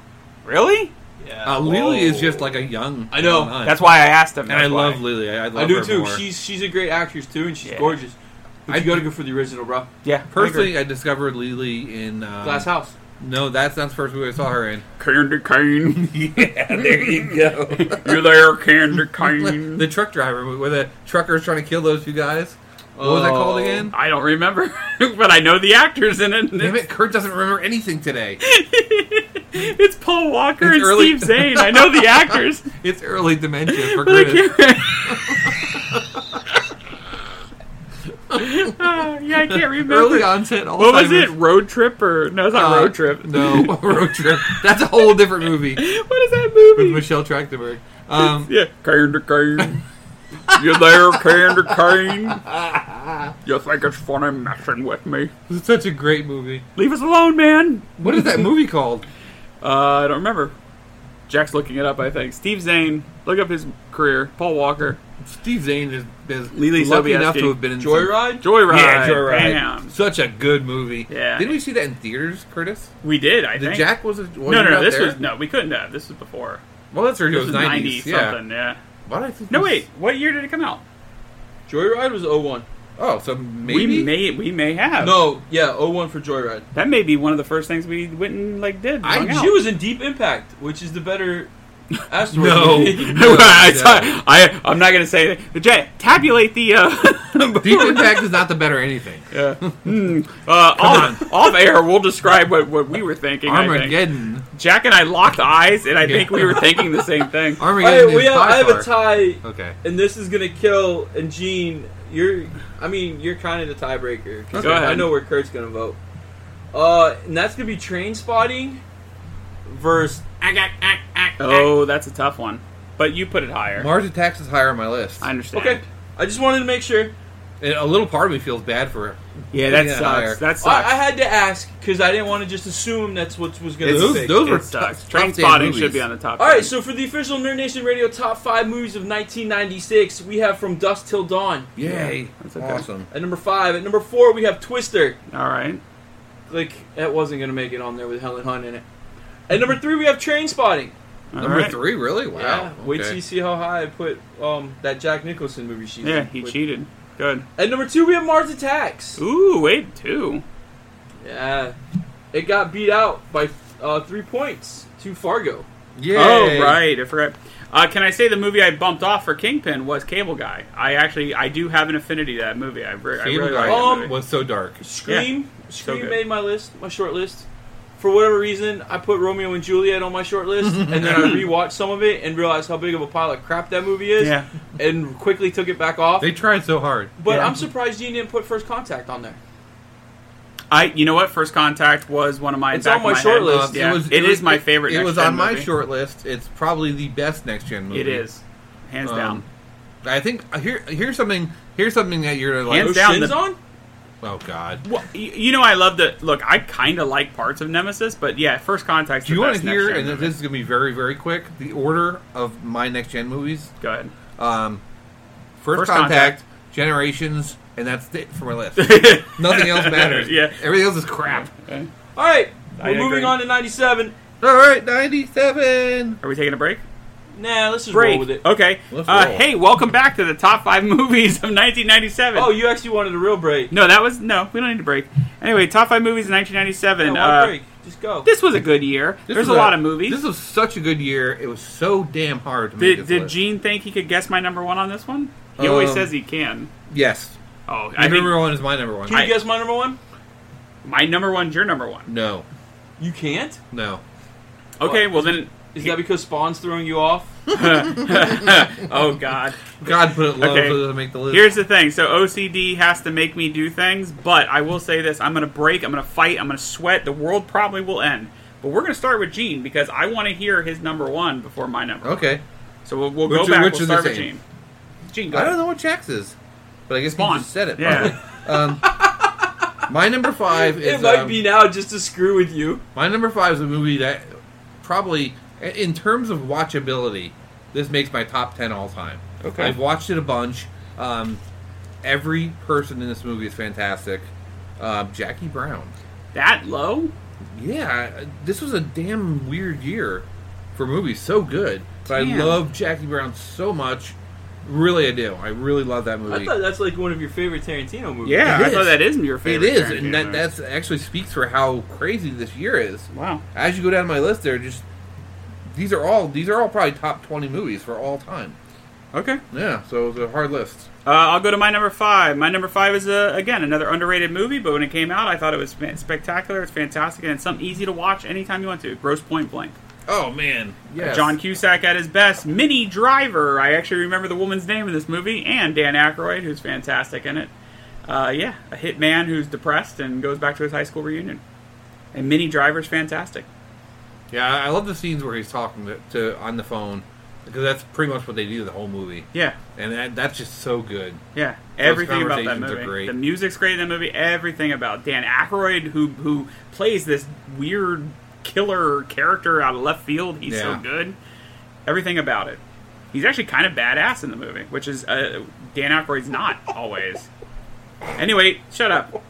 Speaker 2: Really?
Speaker 4: Yeah.
Speaker 3: Uh, Lily is
Speaker 4: Whoa.
Speaker 3: just like a young.
Speaker 4: I know.
Speaker 3: young Hunt.
Speaker 2: That's why I asked him.
Speaker 3: and I
Speaker 2: that's why.
Speaker 3: love Lily. I, I love
Speaker 4: I do
Speaker 3: her
Speaker 4: too.
Speaker 3: more.
Speaker 4: She's she's a great actress too, and she's
Speaker 2: Yeah.
Speaker 4: gorgeous. But
Speaker 3: I-
Speaker 4: you gotta go for the original, bro.
Speaker 2: Yeah, I agree.
Speaker 3: personally. I, discovered Lily in um,
Speaker 4: Glass House.
Speaker 3: No, that's not the first movie I saw her in.
Speaker 2: Candy cane.
Speaker 3: yeah, there you go.
Speaker 2: You there, candy cane?
Speaker 3: the truck driver, where the trucker's trying to kill those two guys. What was that
Speaker 2: Oh.
Speaker 3: called again?
Speaker 2: I don't remember, but I know the actors in it.
Speaker 3: Damn it, Kurt doesn't remember anything today.
Speaker 2: It's Paul Walker
Speaker 3: It's
Speaker 2: and
Speaker 3: early-
Speaker 2: Steve Zane. I know the actors.
Speaker 3: It's early dementia for
Speaker 2: But I
Speaker 3: Curtis.
Speaker 2: can't. Uh, yeah, I can't remember.
Speaker 3: Early onset Alzheimer's.
Speaker 2: what was it? Road trip or no? It's not
Speaker 3: Uh,
Speaker 2: road trip.
Speaker 3: No, road trip. That's a whole different movie
Speaker 2: What is that
Speaker 3: with
Speaker 2: movie?
Speaker 3: Michelle Trachtenberg. Um,
Speaker 2: yeah, candy cane. you there, candy cane? You think it's funny messing with me?
Speaker 3: it's such a great movie.
Speaker 2: Leave us alone, man.
Speaker 3: What is that movie called?
Speaker 2: Uh, I don't remember. Jack's looking it up. I think Steve Zane. Look up his career. Paul Walker.
Speaker 3: Steve Zane is, is
Speaker 2: Lily
Speaker 3: lucky
Speaker 2: Sobieski.
Speaker 3: enough to have been in some-
Speaker 4: Joyride?
Speaker 2: Joyride.
Speaker 3: Yeah, Joyride.
Speaker 2: Bam.
Speaker 3: Such a good movie.
Speaker 2: Yeah.
Speaker 3: Didn't we see that in theaters, Curtis?
Speaker 2: We did. I
Speaker 3: The
Speaker 2: think.
Speaker 3: Jack was. A,
Speaker 2: no, no, no. This was no. We couldn't have. This was before.
Speaker 3: Well, that's true. It
Speaker 2: This
Speaker 3: was
Speaker 2: was
Speaker 3: 90s.
Speaker 2: ninety
Speaker 3: yeah.
Speaker 2: something. Yeah.
Speaker 3: Why did I think
Speaker 2: No,
Speaker 3: this-
Speaker 2: wait. What year did it come out?
Speaker 4: Joyride was 01.
Speaker 3: Oh, so maybe.
Speaker 2: We may. We may have.
Speaker 4: No, yeah, 01 for Joyride.
Speaker 2: That may be one of the first things we went and like did.
Speaker 3: I-
Speaker 2: hung out.
Speaker 4: She was in Deep Impact, which is the better asteroid.
Speaker 3: No.
Speaker 4: movie.
Speaker 2: I,
Speaker 3: No, no.
Speaker 2: I, I, am not gonna say it. But Jack, tabulate the uh,
Speaker 3: Deep Impact is not the better anything.
Speaker 2: uh, hmm, uh, off, off air. We'll describe what, what we were thinking. I think.
Speaker 3: Armageddon.
Speaker 2: Jack and I locked eyes, and I
Speaker 3: Yeah.
Speaker 2: think we were thinking the same thing.
Speaker 3: Armageddon
Speaker 4: I, we
Speaker 3: is
Speaker 4: have,
Speaker 3: by
Speaker 4: I have
Speaker 3: far.
Speaker 4: a tie,
Speaker 3: Okay.
Speaker 4: and this is gonna kill. And Gene, you're, I mean, you're kind of the tiebreaker. 'cause
Speaker 2: Go
Speaker 4: I- I
Speaker 2: ahead.
Speaker 4: know where Kurt's gonna vote. Uh, and that's gonna be train spotting versus. ack, ack, ack, ack, ack.
Speaker 2: Oh, that's a tough one. But you put it higher.
Speaker 3: Mars Attacks is higher on my list.
Speaker 2: I understand.
Speaker 4: Okay, I just wanted to make sure.
Speaker 3: And a little part of me feels bad for her.
Speaker 2: Yeah, that
Speaker 3: Yeah,
Speaker 2: sucks.
Speaker 3: higher.
Speaker 2: That
Speaker 4: I,
Speaker 2: sucks.
Speaker 4: I had to ask because I didn't want to just assume that's what was gonna.
Speaker 3: It's-
Speaker 4: be
Speaker 3: Those-
Speaker 4: picked.
Speaker 3: those were
Speaker 2: it sucks.
Speaker 3: tough-
Speaker 2: Train
Speaker 3: tough damn
Speaker 2: spotting
Speaker 3: movies.
Speaker 2: should be on the top.
Speaker 4: All right,
Speaker 2: ten.
Speaker 4: so for the official Nerd Nation Radio top five movies of 1996, we have From Dusk Till Dawn
Speaker 3: Yay.
Speaker 2: That's okay.
Speaker 3: Awesome.
Speaker 4: at number five. At number four, we have Twister.
Speaker 2: all right.
Speaker 4: Like that wasn't gonna make it on there with Helen Hunt in it. At number three, we have Train Spotting.
Speaker 2: All
Speaker 3: Number
Speaker 2: right.
Speaker 3: three, really? Wow.
Speaker 4: Yeah, wait till
Speaker 3: Okay.
Speaker 4: you see how high I put um, that Jack Nicholson movie she's
Speaker 2: Yeah,
Speaker 4: in
Speaker 2: he
Speaker 4: with.
Speaker 2: cheated. Good.
Speaker 4: At number two, we have Mars Attacks.
Speaker 2: Ooh, wait, two.
Speaker 4: Yeah, it got beat out by uh, three points to Fargo.
Speaker 3: Yay.
Speaker 2: Oh, right. I forgot. Uh, can I say the movie I bumped off for Kingpin was Cable Guy? I actually I do have an affinity to that movie. I, re- I
Speaker 3: Cable
Speaker 2: really like
Speaker 3: Guy
Speaker 2: that
Speaker 4: Um,
Speaker 2: movie.
Speaker 3: was so dark.
Speaker 4: Scream, Scream
Speaker 2: good.
Speaker 4: made my list, my short list. For whatever reason, I put Romeo and Juliet on my short list, and then I rewatched some of it and realized how big of a pile of crap that movie is,
Speaker 2: Yeah.
Speaker 4: and quickly took it back off.
Speaker 3: They tried so hard.
Speaker 4: but
Speaker 2: yeah.
Speaker 4: I'm surprised you didn't put First Contact on there.
Speaker 2: I you know what? First Contact was one of my
Speaker 4: It's
Speaker 2: back
Speaker 4: on my
Speaker 2: of
Speaker 4: short
Speaker 2: head.
Speaker 4: list.
Speaker 2: Yeah.
Speaker 3: Um, was,
Speaker 2: It
Speaker 3: was-
Speaker 2: is my favorite
Speaker 3: It
Speaker 2: next
Speaker 3: was
Speaker 2: gen
Speaker 3: on my
Speaker 2: movie.
Speaker 3: short list. It's probably the best next gen movie.
Speaker 2: It is hands
Speaker 3: Um,
Speaker 2: down.
Speaker 3: I think uh, here here's something here's something that you're gonna like.
Speaker 2: Hands
Speaker 4: No
Speaker 2: down,
Speaker 4: shins
Speaker 2: the-
Speaker 4: on?
Speaker 3: Oh God.
Speaker 2: Well, y- you know, I love the look. I kind of like parts of Nemesis, but yeah, First Contact's the
Speaker 3: Do you want
Speaker 2: best
Speaker 3: to hear?
Speaker 2: next-gen
Speaker 3: And
Speaker 2: movie.
Speaker 3: this is gonna be very very quick. The order of my next gen movies.
Speaker 2: Go ahead.
Speaker 3: Um, first,
Speaker 2: First
Speaker 3: contact,
Speaker 2: Contact.
Speaker 3: Generations, and that's it for my list. Nothing else matters.
Speaker 2: Yeah.
Speaker 3: Everything else is crap.
Speaker 2: Okay.
Speaker 4: All right,
Speaker 2: I
Speaker 4: we're moving
Speaker 2: agree.
Speaker 4: on to 97.
Speaker 3: All right, ninety-seven.
Speaker 2: Are we taking a break?
Speaker 4: Nah, let's just roll
Speaker 2: Break.
Speaker 4: with it.
Speaker 2: Okay.
Speaker 3: Let's
Speaker 2: Uh,
Speaker 3: roll.
Speaker 2: hey, welcome back to the top five movies of 1997.
Speaker 4: Oh, you actually wanted a real break.
Speaker 2: no, that was no. We don't need a break. Anyway, top five movies in 1997.
Speaker 4: No,
Speaker 2: uh,
Speaker 4: break. Just go.
Speaker 2: This was a good year.
Speaker 3: This
Speaker 2: There's a
Speaker 3: was
Speaker 2: lot of movies.
Speaker 3: This was such a good year. It was so damn hard to make
Speaker 2: did
Speaker 3: this
Speaker 2: did
Speaker 3: list.
Speaker 2: Gene think he could guess my number one on this one? He always
Speaker 3: Um,
Speaker 2: says he can.
Speaker 3: Yes,
Speaker 2: Oh,
Speaker 3: your
Speaker 2: I think
Speaker 3: number one is my number one.
Speaker 4: Can you
Speaker 2: I-
Speaker 4: guess my number one?
Speaker 2: my number one's your number one.
Speaker 3: no,
Speaker 4: You can't.
Speaker 3: no.
Speaker 2: Okay, well then.
Speaker 4: Is that because Spawn's throwing you off?
Speaker 2: Oh God.
Speaker 3: God put it low
Speaker 2: Okay.
Speaker 3: so it doesn't make the list.
Speaker 2: Here's the thing. So OCD has to make me do things, but I will say this: I'm going to break. I'm going to fight. I'm going to sweat. The world probably will end. But we're going to start with Gene because I want to hear his number one before my number. one.
Speaker 3: okay.
Speaker 2: So we'll, we'll
Speaker 3: Which
Speaker 2: go
Speaker 3: are-
Speaker 2: back.
Speaker 3: which
Speaker 2: we'll
Speaker 3: are the
Speaker 2: start with
Speaker 3: same?
Speaker 2: Gene. Gene, go
Speaker 3: I don't
Speaker 2: ahead.
Speaker 3: know what Jack's is, but I guess
Speaker 2: Spawn.
Speaker 3: you just said it.
Speaker 2: Yeah.
Speaker 3: Probably. um, my number five is
Speaker 4: It might
Speaker 3: um,
Speaker 4: be now just to screw with you.
Speaker 3: my number five is a movie that probably, in terms of watchability, this makes my top ten all time.
Speaker 2: Okay.
Speaker 3: I've watched it a bunch. Um, every person in this movie is fantastic. Um, Jackie Brown.
Speaker 2: That low?
Speaker 3: Yeah, I- this was a damn weird year for movies. So good, but
Speaker 2: Damn.
Speaker 3: I love Jackie Brown so much. Really, I do. I really love that movie.
Speaker 4: I thought that's like one of your favorite Tarantino movies.
Speaker 2: Yeah,
Speaker 3: It
Speaker 2: I thought
Speaker 3: is.
Speaker 2: that is your
Speaker 3: it
Speaker 2: favorite.
Speaker 3: is, and
Speaker 2: Tarantino
Speaker 3: that
Speaker 2: movie.
Speaker 3: that's actually speaks for how crazy this year is.
Speaker 2: wow.
Speaker 3: As you go down my list, there are just these are all these are all probably top twenty movies for all time.
Speaker 2: Okay,
Speaker 3: Yeah, so it was a hard list.
Speaker 2: uh, I'll go to my number five. My number five is uh, again another underrated movie, but when it came out, I thought it was fan- spectacular. It's fantastic, and it's something easy to watch anytime you want to. Gross Point Blank.
Speaker 3: Oh man, yeah,
Speaker 2: Uh, John Cusack at his best. Mini Driver. I actually remember the woman's name in this movie, and Dan Aykroyd, who's fantastic in it. Uh, yeah, a hitman who's depressed and goes back to his high school reunion. And Mini Driver's fantastic.
Speaker 3: Yeah, I I love the scenes where he's talking to, to on the phone because that's pretty much what they do the whole movie,
Speaker 2: Yeah,
Speaker 3: and that, that's just so good.
Speaker 2: yeah. Everything about that
Speaker 3: conversations are
Speaker 2: movie.
Speaker 3: great.
Speaker 2: The music's great in that movie. Everything about Dan Aykroyd, who who plays this weird killer character out of left field. He's
Speaker 3: Yeah.
Speaker 2: so good. Everything about it. He's actually kind of badass in the movie, which is uh, Dan Aykroyd's not always. Anyway, shut up.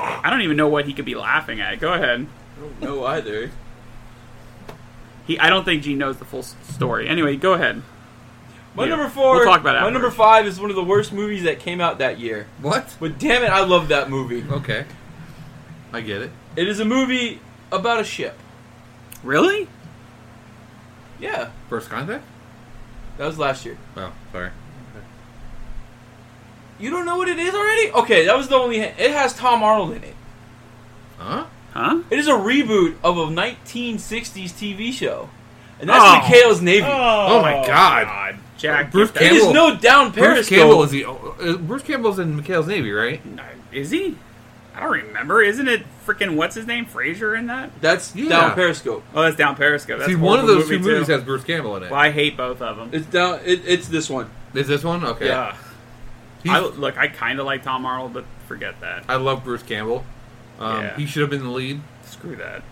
Speaker 2: I don't even know what he could be laughing at. Go ahead.
Speaker 4: No, either.
Speaker 2: He, I don't think Gene knows the full s- story. Anyway, go ahead.
Speaker 4: My
Speaker 2: Yeah.
Speaker 4: number 4
Speaker 2: We'll talk about it
Speaker 4: My number
Speaker 2: afterwards.
Speaker 4: five is one of the worst movies that came out that year.
Speaker 3: What?
Speaker 4: But damn it, I love that movie.
Speaker 3: Okay, I get it.
Speaker 4: It is a movie about a ship.
Speaker 2: Really?
Speaker 4: Yeah,
Speaker 3: First contact?
Speaker 4: that was last year.
Speaker 3: Oh, sorry.
Speaker 4: You don't know what it is already? Okay, that was the only. It has Tom Arnold in it.
Speaker 3: Huh?
Speaker 2: Huh?
Speaker 4: It is a reboot of a 1960s TV show, and that's
Speaker 2: Oh.
Speaker 4: McHale's Navy.
Speaker 3: Oh, my God.
Speaker 2: Jack,
Speaker 3: Bruce
Speaker 2: get that-
Speaker 4: It
Speaker 3: Campbell-
Speaker 4: is no down
Speaker 3: Bruce
Speaker 4: Paris
Speaker 3: Campbell is the uh, Bruce Campbell's in McHale's Navy, right?
Speaker 2: Is he? I don't remember. Isn't it freaking what's his name Fraser in that?
Speaker 4: That's
Speaker 3: Yeah.
Speaker 4: down Periscope.
Speaker 2: Oh, that's down Periscope. That's
Speaker 3: See,
Speaker 2: a
Speaker 3: one of
Speaker 2: horrible
Speaker 3: those two
Speaker 2: movie,
Speaker 3: movies
Speaker 2: too.
Speaker 3: has Bruce Campbell in it.
Speaker 2: Well, I hate both of them.
Speaker 4: It's down. It, it's this one.
Speaker 3: Is this one okay?
Speaker 4: Yeah.
Speaker 3: He's-
Speaker 2: I, look, I kind of like Tom Arnold, but forget that.
Speaker 3: I love Bruce Campbell. Um,
Speaker 2: Yeah.
Speaker 3: He should have been the lead.
Speaker 2: Screw that.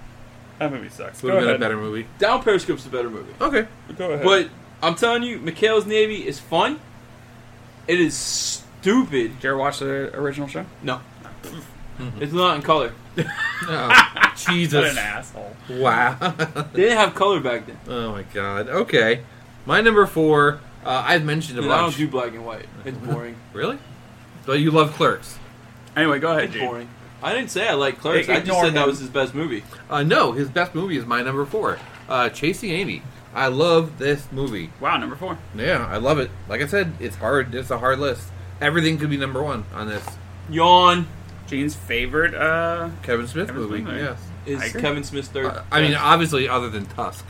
Speaker 2: That movie sucks.
Speaker 3: Would
Speaker 2: Go
Speaker 3: have been a
Speaker 2: ahead.
Speaker 3: better movie.
Speaker 4: Down Periscope's a better movie.
Speaker 3: Okay.
Speaker 2: Go ahead.
Speaker 4: But I'm telling you, McHale's Navy is fun. It is stupid.
Speaker 2: Did you ever watch the original show?
Speaker 4: No, it's not in color.
Speaker 3: Oh,
Speaker 2: What
Speaker 3: Jesus.
Speaker 2: an asshole.
Speaker 3: Wow.
Speaker 4: They didn't have color back then.
Speaker 3: oh my God. Okay. My number four. Uh, I've mentioned a
Speaker 4: Dude, I
Speaker 3: bunch.
Speaker 4: don't do black and white. It's boring.
Speaker 3: really? So you love Clerks?
Speaker 2: Anyway, go ahead,
Speaker 4: It's
Speaker 2: Gene.
Speaker 4: boring. I didn't say I like Clerks.
Speaker 2: Hey,
Speaker 4: I just
Speaker 2: ignore
Speaker 4: said that
Speaker 2: him.
Speaker 4: was his best movie.
Speaker 3: Uh, no, his best movie is my number four. Uh, Chasing Amy. I love this movie.
Speaker 2: Wow, number four.
Speaker 3: Yeah, I love it. Like I said, it's hard. It's a hard list. Everything could be number one on this
Speaker 4: Yawn
Speaker 2: Gene's favorite. Uh,
Speaker 3: Kevin Smith
Speaker 2: Kevin
Speaker 3: movie.
Speaker 2: Smith,
Speaker 3: Yes.
Speaker 4: is
Speaker 2: I agree.
Speaker 4: Kevin Smith's third.
Speaker 3: Uh, I mean, obviously, other than Tusk,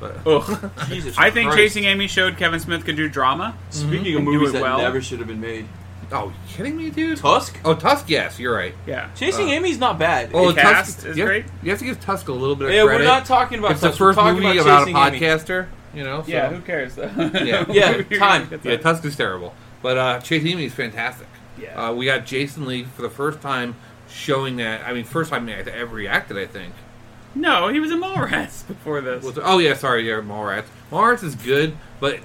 Speaker 3: but
Speaker 2: ugh.
Speaker 4: Jesus
Speaker 2: I think
Speaker 4: Christ. Mm-hmm.
Speaker 2: Chasing Amy showed Kevin Smith could do drama.
Speaker 3: Mm-hmm.
Speaker 4: Speaking of
Speaker 2: And do
Speaker 4: movies
Speaker 2: it
Speaker 4: that
Speaker 2: well.
Speaker 4: never should have been made,
Speaker 3: oh, you kidding me, dude?
Speaker 4: Tusk.
Speaker 3: Oh, Tusk. Yes, you're right.
Speaker 2: Yeah.
Speaker 4: Chasing
Speaker 3: Uh,
Speaker 4: Amy's not bad.
Speaker 3: Oh,
Speaker 4: It-
Speaker 2: The cast is
Speaker 3: you have,
Speaker 2: great.
Speaker 3: You have to give Tusk a little bit of
Speaker 4: yeah,
Speaker 3: credit.
Speaker 4: we're not talking about
Speaker 3: it's the
Speaker 4: Tusk. We're
Speaker 3: first
Speaker 4: talking
Speaker 3: movie
Speaker 4: about,
Speaker 3: about, a
Speaker 4: Chasing Amy.
Speaker 3: podcaster, you know. So.
Speaker 2: Yeah, who cares though?
Speaker 3: Yeah.
Speaker 4: Yeah, time.
Speaker 3: Yeah, Tusk is terrible, but uh, Chasing Amy is fantastic.
Speaker 2: Yeah.
Speaker 3: Uh, we got Jason Lee for the first time showing that. I mean, first time that ever reacted. I think.
Speaker 2: No, he was in Mallrats before this.
Speaker 3: Was- oh yeah, sorry, yeah, Mallrats. Mallrats is good, but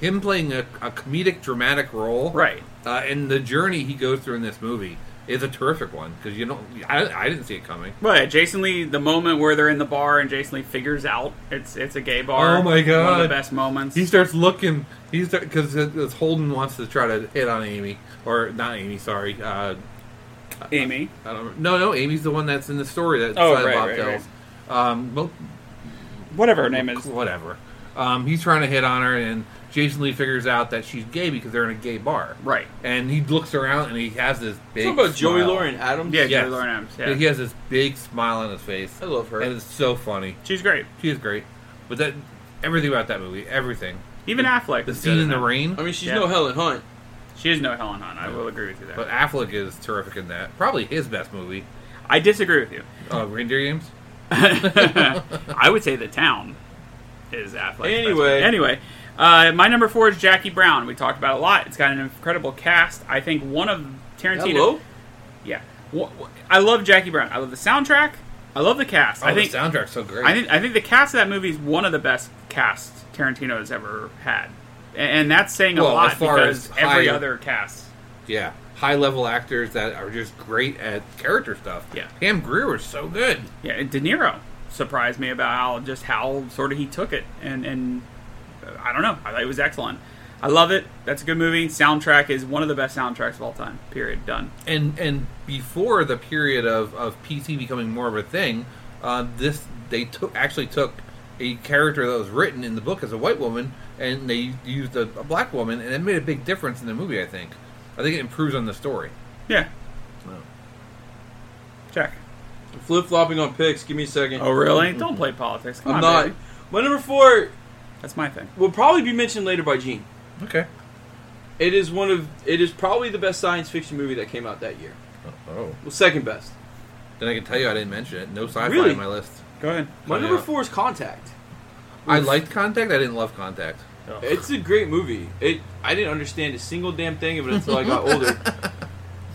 Speaker 3: him playing a, a comedic, dramatic role,
Speaker 2: Right.
Speaker 3: Uh, and the journey he goes through in this movie is a terrific one because you don't. I, I didn't see it coming.
Speaker 2: But Jason Lee, the moment where they're in the bar and Jason Lee figures out it's it's a gay bar.
Speaker 3: Oh my
Speaker 2: One of
Speaker 3: God.
Speaker 2: the best moments.
Speaker 3: He starts looking. He's because because Holden wants to try to hit on Amy or not Amy. Sorry, uh,
Speaker 2: Amy.
Speaker 3: I don't. No, no, Amy's the one that's in the story that
Speaker 2: Oh,
Speaker 3: Silent
Speaker 2: right,
Speaker 3: Bob
Speaker 2: right,
Speaker 3: tells. Um, well,
Speaker 2: Whatever her name is.
Speaker 3: whatever. Um, he's trying to hit on her, and Jason Lee figures out that she's gay because they're in a gay bar.
Speaker 2: Right.
Speaker 3: And he looks around and he has this big.
Speaker 4: Talking about Joey
Speaker 3: smile.
Speaker 4: Lauren Adams.
Speaker 2: Yeah,
Speaker 3: Yes.
Speaker 2: Joey Lauren Adams. Yeah.
Speaker 3: He has this big smile on his face,
Speaker 4: I love her.
Speaker 3: and it's so funny.
Speaker 2: She's great.
Speaker 3: She is great, but that everything about that movie, everything.
Speaker 2: Even Affleck.
Speaker 3: The
Speaker 2: is
Speaker 3: scene
Speaker 2: good
Speaker 3: in the
Speaker 2: that.
Speaker 3: rain.
Speaker 4: I mean, she's
Speaker 2: Yeah.
Speaker 4: no Helen Hunt.
Speaker 2: She is no Helen Hunt. I will agree with you there.
Speaker 3: But Affleck is terrific in that. Probably his best movie.
Speaker 2: I disagree with you.
Speaker 3: Uh, Reindeer Games.
Speaker 2: I would say The Town is Affleck.
Speaker 4: Anyway.
Speaker 2: anyway, uh, my number four is Jackie Brown. We talked about it a lot. It's got an incredible cast. I think one of Tarantino.
Speaker 4: Hello.
Speaker 2: Yeah, Wha- wha- I love Jackie Brown. I love the soundtrack. I love the cast.
Speaker 3: Oh,
Speaker 2: I think
Speaker 3: the soundtrack's so great.
Speaker 2: I think I think the cast of that movie is one of the best casts Tarantino has ever had, A- and that's saying a
Speaker 3: Well,
Speaker 2: lot
Speaker 3: as far
Speaker 2: because
Speaker 3: as
Speaker 2: every
Speaker 3: high-
Speaker 2: other cast.
Speaker 3: yeah, high level actors that are just great at character stuff.
Speaker 2: Yeah.
Speaker 3: Pam Grier was so good.
Speaker 2: Yeah, and De Niro surprised me about how just how sort of he took it, and and uh, I don't know, I thought it was excellent. I love it. That's a good movie. Soundtrack is one of the best soundtracks of all time. Period. Done.
Speaker 3: and and before the period of, of PC becoming more of a thing, uh, this they took actually took a character that was written in the book as a white woman, and they used a, a black woman, and it made a big difference in the movie. I think, I think it improves on the story.
Speaker 2: Yeah. Oh. Check.
Speaker 4: Flip flopping on picks. Give me a second.
Speaker 2: Oh really? Don't play politics. Come
Speaker 4: I'm
Speaker 2: on,
Speaker 4: not.
Speaker 2: baby.
Speaker 4: My number four
Speaker 2: That's my thing.
Speaker 4: will probably be mentioned later by Gene.
Speaker 3: Okay.
Speaker 4: It is one of. It is probably the best science fiction movie that came out that year.
Speaker 3: Oh,
Speaker 4: Well, second best.
Speaker 3: then I can tell you I didn't mention it. No sci-fi
Speaker 4: Really?
Speaker 3: on my list.
Speaker 2: Go ahead.
Speaker 4: My
Speaker 3: Oh,
Speaker 4: number
Speaker 3: yeah.
Speaker 4: four is Contact.
Speaker 3: I liked Contact. I didn't love Contact.
Speaker 4: It's a great movie. It. I didn't understand a single damn thing of it until I got older. But,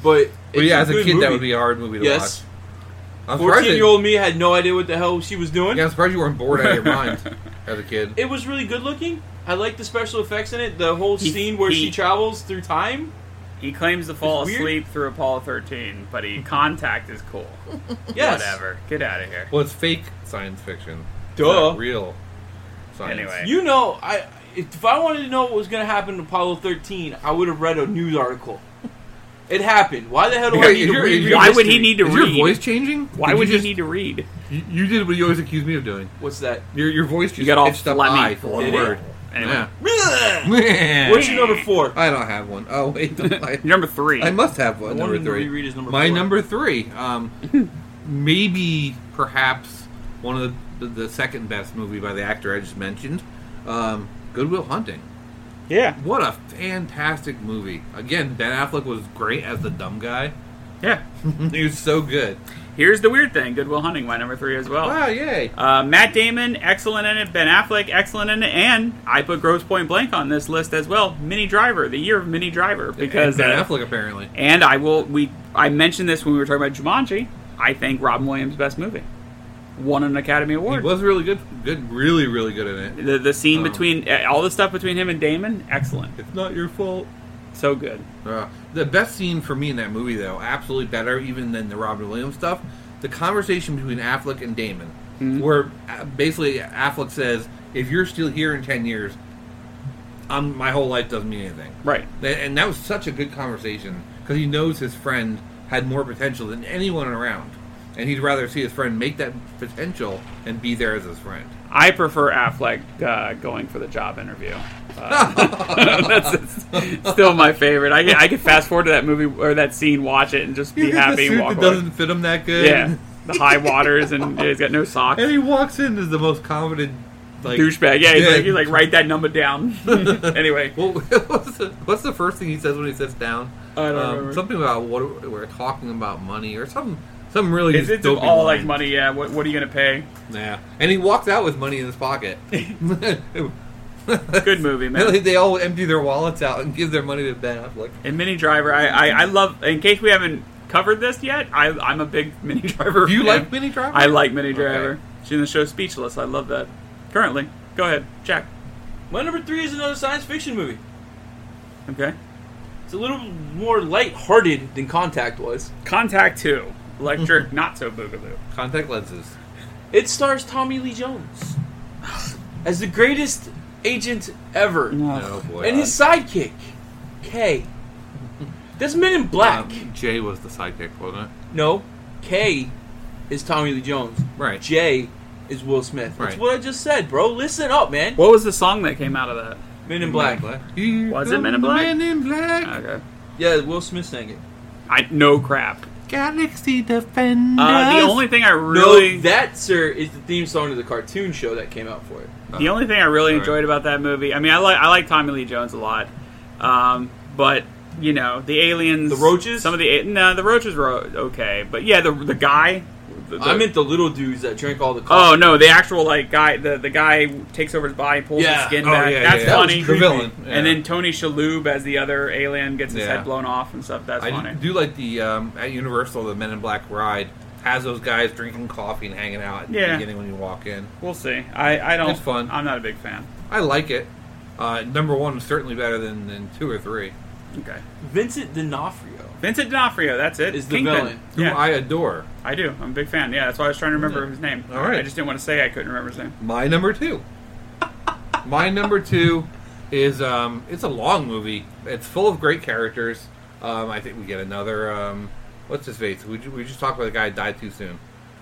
Speaker 3: But
Speaker 4: it's
Speaker 3: yeah,
Speaker 4: a
Speaker 3: as a
Speaker 4: good
Speaker 3: kid, that
Speaker 4: movie.
Speaker 3: would be a hard movie to
Speaker 4: yes.
Speaker 3: watch. I'm surprised, that-
Speaker 4: Fourteen-year-old me had no idea what the hell she was doing.
Speaker 3: yeah, I'm surprised you weren't bored out of your mind as a kid.
Speaker 4: It was really good looking. I like the special effects in it. The whole
Speaker 2: He-
Speaker 4: scene where
Speaker 2: he-
Speaker 4: she travels through time.
Speaker 2: He claims to fall
Speaker 4: It's weird.
Speaker 2: asleep through Apollo 13, but he contact is cool.
Speaker 4: Yes.
Speaker 2: Whatever. Get out of here.
Speaker 3: Well, it's fake science fiction. It's
Speaker 4: Duh.
Speaker 3: not real science.
Speaker 2: Anyway.
Speaker 4: You know, I if I wanted to know what was going to happen to Apollo 13, I would have read a news article. It happened. Why the hell do I
Speaker 3: Wait,
Speaker 4: need to
Speaker 3: you're-
Speaker 4: read?
Speaker 3: you're-
Speaker 2: Why would he need to
Speaker 3: Is
Speaker 2: read?
Speaker 3: your voice changing?
Speaker 2: Why
Speaker 3: Did
Speaker 2: would
Speaker 3: you
Speaker 2: you
Speaker 3: just,
Speaker 2: need to read?
Speaker 3: You, you did what you always accuse me of doing.
Speaker 4: What's that?
Speaker 3: Your, your voice just
Speaker 2: You got all
Speaker 3: itched up
Speaker 2: phlegmy.
Speaker 3: high for one
Speaker 4: Did it?
Speaker 3: word.
Speaker 2: Anyway.
Speaker 4: What's
Speaker 3: Yeah.
Speaker 4: your number four?
Speaker 3: I don't have one. Oh wait, I,
Speaker 2: You're number three.
Speaker 3: I must have
Speaker 4: I
Speaker 3: one.
Speaker 4: wanted
Speaker 3: Number
Speaker 4: him to
Speaker 3: three.
Speaker 4: reread his number
Speaker 3: My
Speaker 4: four.
Speaker 3: number three. Um, maybe, perhaps one of the, the, the second best movie by the actor I just mentioned, um, Goodwill Hunting.
Speaker 2: yeah.
Speaker 3: What a fantastic movie! Again, Ben Affleck was great as the dumb guy.
Speaker 2: Yeah.
Speaker 3: he was so good.
Speaker 2: Here's the weird thing Goodwill Hunting, my number three as well.
Speaker 3: Wow! Yay!
Speaker 2: Uh, Matt Damon, excellent in it. Ben Affleck, excellent in it. And I put Gross Point Blank on this list as well. Mini Driver, the year of Mini Driver, because
Speaker 3: And Ben
Speaker 2: uh,
Speaker 3: Affleck apparently.
Speaker 2: And I will. We I mentioned this when we were talking about Jumanji. I think Robin Williams' best movie won an Academy
Speaker 3: He
Speaker 2: Award.
Speaker 3: was really good, good, really, really good in it.
Speaker 2: The, the scene
Speaker 3: Oh.
Speaker 2: between eh, all the stuff between him and Damon, excellent,
Speaker 3: It's not your fault.
Speaker 2: so good.
Speaker 3: Uh, the best scene for me in that movie, though, absolutely better even than the Robin Williams stuff. The conversation between Affleck and Damon, where uh, basically Affleck says, "If you're still here in ten years, I'm, my whole life doesn't mean anything."
Speaker 2: Right.
Speaker 3: Th- And that was such a good conversation because he knows his friend had more potential than anyone around, and he'd rather see his friend make that potential and be there as his friend.
Speaker 2: I prefer Affleck uh, going for the job interview. Uh, that's, that's still my favorite. I can, I could fast forward to that movie or that scene, watch it, and just be
Speaker 3: You get the
Speaker 2: happy and
Speaker 3: suit
Speaker 2: walk
Speaker 3: that
Speaker 2: away.
Speaker 3: doesn't fit him that good.
Speaker 2: Yeah, the high waters and yeah, he's got no socks.
Speaker 3: And he walks in as the most confident, like
Speaker 2: Douchebag. Yeah, he's,
Speaker 3: Yeah.
Speaker 2: Like, he's like write that number down. anyway,
Speaker 3: Well, what's the, what's the first thing he says when he sits down? Um,
Speaker 2: I don't remember.
Speaker 3: Something about what we're talking about money or some some really
Speaker 2: It's, it's
Speaker 3: dopey
Speaker 2: all
Speaker 3: line.
Speaker 2: like money. Yeah. What, what are you gonna pay?
Speaker 3: Yeah, and he walks out with money in his pocket.
Speaker 2: Good movie,
Speaker 3: Really,
Speaker 2: man.
Speaker 3: they all empty their wallets out and give their money to Ben Affleck.
Speaker 2: And Mini Driver, I, I I love. In case we haven't covered this yet, I I'm a big Mini Driver.
Speaker 3: Do you
Speaker 2: fan.
Speaker 3: like Mini Driver?
Speaker 2: I like Mini Driver.
Speaker 3: Okay.
Speaker 2: She's in the show Speechless. I love that. Currently, go ahead, Jack.
Speaker 4: My number three is another science fiction movie.
Speaker 2: Okay.
Speaker 4: It's a little more light-hearted than Contact was.
Speaker 2: Contact Two, Electric, not so Boogaloo.
Speaker 3: contact lenses.
Speaker 4: It stars Tommy Lee Jones as the greatest agent ever,
Speaker 3: Oh boy!
Speaker 4: and his sidekick, K. That's Men in Black.
Speaker 3: Um, Jay was the sidekick, wasn't it?
Speaker 4: No, K is Tommy Lee Jones.
Speaker 3: Right.
Speaker 4: J is Will Smith. That's
Speaker 3: Right.
Speaker 4: what I just said, bro. Listen up, man.
Speaker 2: What was the song that came out of that?
Speaker 4: Men in Black.
Speaker 3: Here
Speaker 2: Was it Men in
Speaker 3: come the
Speaker 2: Black? Uh,
Speaker 3: Men in Black.
Speaker 2: Okay.
Speaker 4: Yeah, Will Smith sang it.
Speaker 2: I no crap.
Speaker 3: Galaxy Defender.
Speaker 2: Uh, the only thing I really
Speaker 4: No, that sir is the theme song to the cartoon show that came out for it.
Speaker 2: The only thing I really
Speaker 3: Alright.
Speaker 2: enjoyed about that movie, I mean, I like I like Tommy Lee Jones a lot, um, but you know, the aliens,
Speaker 4: The roaches?
Speaker 2: some of the a- no, the roaches were o- okay, but yeah, the the guy, the, the-
Speaker 4: I meant the little dudes that drank all the coffee.
Speaker 2: oh no, the actual like guy, the the guy takes over his body, pulls his
Speaker 4: Yeah.
Speaker 2: skin
Speaker 3: Oh,
Speaker 2: back.
Speaker 3: yeah,
Speaker 2: That's
Speaker 3: yeah, yeah.
Speaker 2: funny.
Speaker 3: That was The villain, yeah.
Speaker 2: And then Tony Shalhoub as the other alien gets his
Speaker 3: Yeah.
Speaker 2: head blown off and stuff. That's
Speaker 3: I
Speaker 2: funny.
Speaker 3: do like the um, at Universal the Men in Black ride has those guys drinking coffee and hanging out at the
Speaker 2: Yeah.
Speaker 3: beginning when you walk in.
Speaker 2: We'll see. I I don't.
Speaker 3: It's fun.
Speaker 2: I'm not a big fan.
Speaker 3: I like it. Uh, number one is certainly better than, than two or three,
Speaker 2: Okay.
Speaker 4: Vincent D'Onofrio.
Speaker 2: Vincent D'Onofrio, that's it.
Speaker 4: Is the
Speaker 2: Kingpin.
Speaker 4: villain.
Speaker 3: who
Speaker 2: Yeah,
Speaker 3: I adore.
Speaker 2: I do. I'm a big fan. Yeah, that's why I was trying to remember
Speaker 3: Yeah.
Speaker 2: his name.
Speaker 3: All right.
Speaker 2: I just didn't want to say I couldn't remember his name.
Speaker 3: My number two. My number two is um, it's a long movie. It's full of great characters. Um, I think we get another. Um, what's his face? We, ju- we just talked about the guy who died too soon.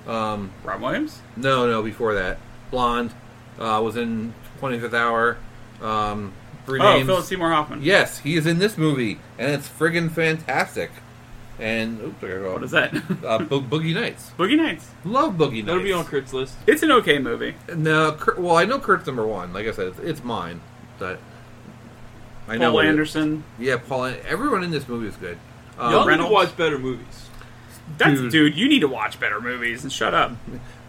Speaker 3: Um,
Speaker 2: Rob Williams?
Speaker 3: no, no, before that, blonde uh, was in Twenty Fifth Hour. Um, three
Speaker 2: Oh,
Speaker 3: names.
Speaker 2: Philip Seymour Hoffman.
Speaker 3: Yes, he is in this movie, and it's friggin' fantastic. And oops, I gotta go.
Speaker 2: What is that?
Speaker 3: Uh, Bo- Boogie Nights.
Speaker 2: Boogie Nights.
Speaker 3: Love Boogie Nights.
Speaker 4: That'll be on Kurt's list.
Speaker 2: It's an okay movie.
Speaker 3: No, Kurt, well, I know Kurt's number one. Like I said, it's, it's mine. But I know
Speaker 2: Paul
Speaker 3: what it-
Speaker 2: Anderson.
Speaker 3: Yeah, Paul. An- Everyone in this movie is good.
Speaker 4: Y'all
Speaker 3: Um,
Speaker 4: need
Speaker 2: Reynolds.
Speaker 4: to watch better movies.
Speaker 2: That's
Speaker 3: Dude.
Speaker 2: dude. You need to watch better movies and shut up.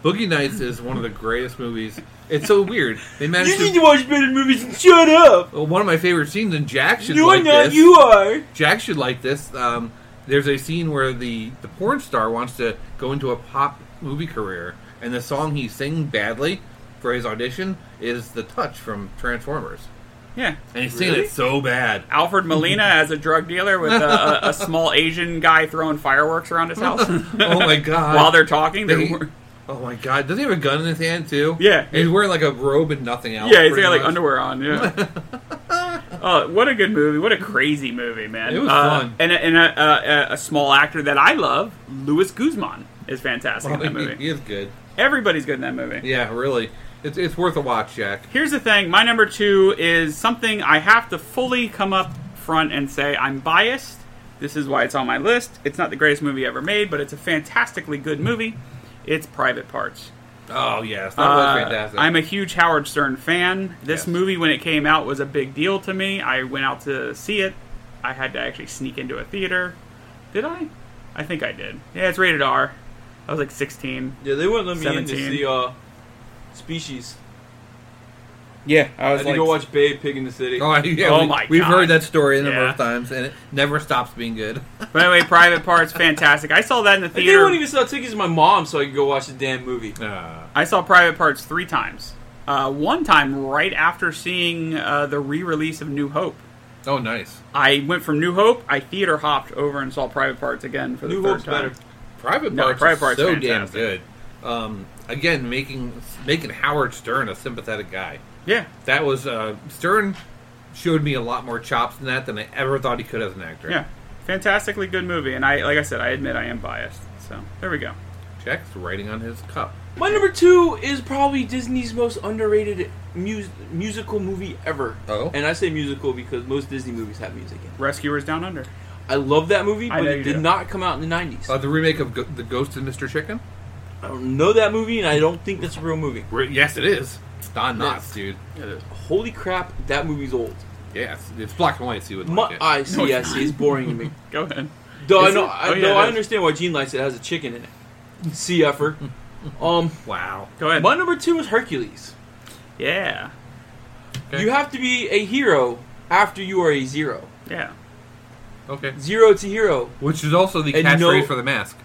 Speaker 3: Boogie Nights is one of the greatest movies. It's so weird. They managed
Speaker 4: You
Speaker 3: to.
Speaker 4: need to watch better movies and shut up!
Speaker 3: Well, one of my favorite scenes, and Jack should
Speaker 4: You're
Speaker 3: like
Speaker 4: not,
Speaker 3: this.
Speaker 4: you are!
Speaker 3: Jack should like this. Um, there's a scene where the the porn star wants to go into a pop movie career, and the song he sings badly for his audition is "The Touch" from Transformers,
Speaker 2: Yeah.
Speaker 3: and he's singing
Speaker 2: Really?
Speaker 3: it so bad.
Speaker 2: Alfred Molina as a drug dealer with a, a, a small Asian guy throwing fireworks around his house.
Speaker 3: Oh my god!
Speaker 2: While they're talking, they
Speaker 3: They- Oh my god! Does he have a gun in his hand too?
Speaker 2: Yeah.
Speaker 3: And he's wearing like a robe and nothing else.
Speaker 2: yeah, he's
Speaker 3: pretty
Speaker 2: got like
Speaker 3: much.
Speaker 2: underwear on. Yeah. oh, what a good movie! What a crazy movie, man!
Speaker 3: It was
Speaker 2: Uh,
Speaker 3: fun.
Speaker 2: And a, and a, a, a small actor that I love, Louis Guzman, is fantastic in that
Speaker 3: He, he
Speaker 2: movie.
Speaker 3: is good.
Speaker 2: Everybody's good in that movie.
Speaker 3: Yeah, really. It's it's worth a watch, Jack.
Speaker 2: Here's the thing. My number two is something I have to fully come up front and say I'm biased. This is why it's on my list. It's not the greatest movie ever made, but it's a fantastically good movie. It's Private Parts.
Speaker 3: Oh yes, that was
Speaker 2: Uh,
Speaker 3: fantastic.
Speaker 2: I'm a huge Howard Stern fan. This
Speaker 3: Yes.
Speaker 2: movie, when it came out, was a big deal to me. I went out to see it. I had to actually sneak into a theater. Did I? I think I did. Yeah, it's rated R. I was like 16.
Speaker 4: Yeah, they wouldn't let me in to
Speaker 2: 17.
Speaker 4: see uh, Species.
Speaker 2: Yeah, I
Speaker 4: I
Speaker 2: was
Speaker 4: had
Speaker 2: like,
Speaker 4: to go watch Babe, Pig in the City.
Speaker 3: Oh, yeah,
Speaker 2: Oh
Speaker 3: we,
Speaker 2: my
Speaker 3: We've
Speaker 2: God.
Speaker 3: heard that story a number
Speaker 2: Yeah.
Speaker 3: of times, and it never stops being good.
Speaker 2: But anyway, Private Parts, fantastic. I saw that in the
Speaker 4: Like,
Speaker 2: theater.
Speaker 4: they wouldn't even sell tickets to my mom so I could go watch the damn movie.
Speaker 2: I saw Private Parts three times. Uh, one time right after seeing uh, the re-release of New Hope.
Speaker 3: oh, nice.
Speaker 2: I went from New Hope. I theater hopped over and saw Private Parts again for the
Speaker 4: New
Speaker 2: third
Speaker 4: Hope's
Speaker 2: time.
Speaker 4: better.
Speaker 3: Private
Speaker 2: No,
Speaker 3: Parts
Speaker 2: Private
Speaker 3: is
Speaker 2: Parts
Speaker 3: so
Speaker 2: fantastic.
Speaker 3: damn good. Um, again, making making Howard Stern a sympathetic guy.
Speaker 2: Yeah,
Speaker 3: That was uh, Stern showed me a lot more chops in that than I ever thought he could as an actor.
Speaker 2: yeah, fantastically good movie. And I, like I said, I admit I am biased. So there we go.
Speaker 3: Jack's writing on his cup.
Speaker 4: My number two is probably Disney's most underrated mus- musical movie ever.
Speaker 3: Oh.
Speaker 4: And I say musical because most Disney movies have music in it.
Speaker 2: Rescuers Down Under.
Speaker 4: I love that
Speaker 2: I
Speaker 4: movie, but
Speaker 2: know
Speaker 4: it
Speaker 2: you
Speaker 4: did
Speaker 2: do.
Speaker 4: not come out in the 90s.
Speaker 3: Uh, the remake of Go- the Ghost of Mr. Chicken.
Speaker 4: I don't know that movie, and I don't think that's a real movie.
Speaker 3: Re- yes, it is. Don Knotts, dude.
Speaker 4: Holy crap, that movie's old.
Speaker 3: Yes, it's black and white. So you would
Speaker 4: My,
Speaker 3: like it.
Speaker 4: I
Speaker 2: No,
Speaker 4: see,
Speaker 2: it's
Speaker 4: I see, it's boring to me.
Speaker 2: Go ahead.
Speaker 4: Though I
Speaker 2: Is
Speaker 4: know,
Speaker 2: it?
Speaker 4: I,
Speaker 2: Oh, yeah,
Speaker 4: though
Speaker 2: it
Speaker 4: I
Speaker 2: is.
Speaker 4: understand why Gene likes it. It has a chicken in it. Sea effort. Um,
Speaker 3: wow.
Speaker 2: Go ahead.
Speaker 4: my number two is Hercules.
Speaker 2: Yeah,
Speaker 3: Okay.
Speaker 4: You have to be a hero after you are a zero.
Speaker 2: yeah.
Speaker 3: Okay.
Speaker 4: Zero to hero,
Speaker 3: Which is also the
Speaker 4: And
Speaker 3: catchphrase
Speaker 4: no-
Speaker 3: for the mask.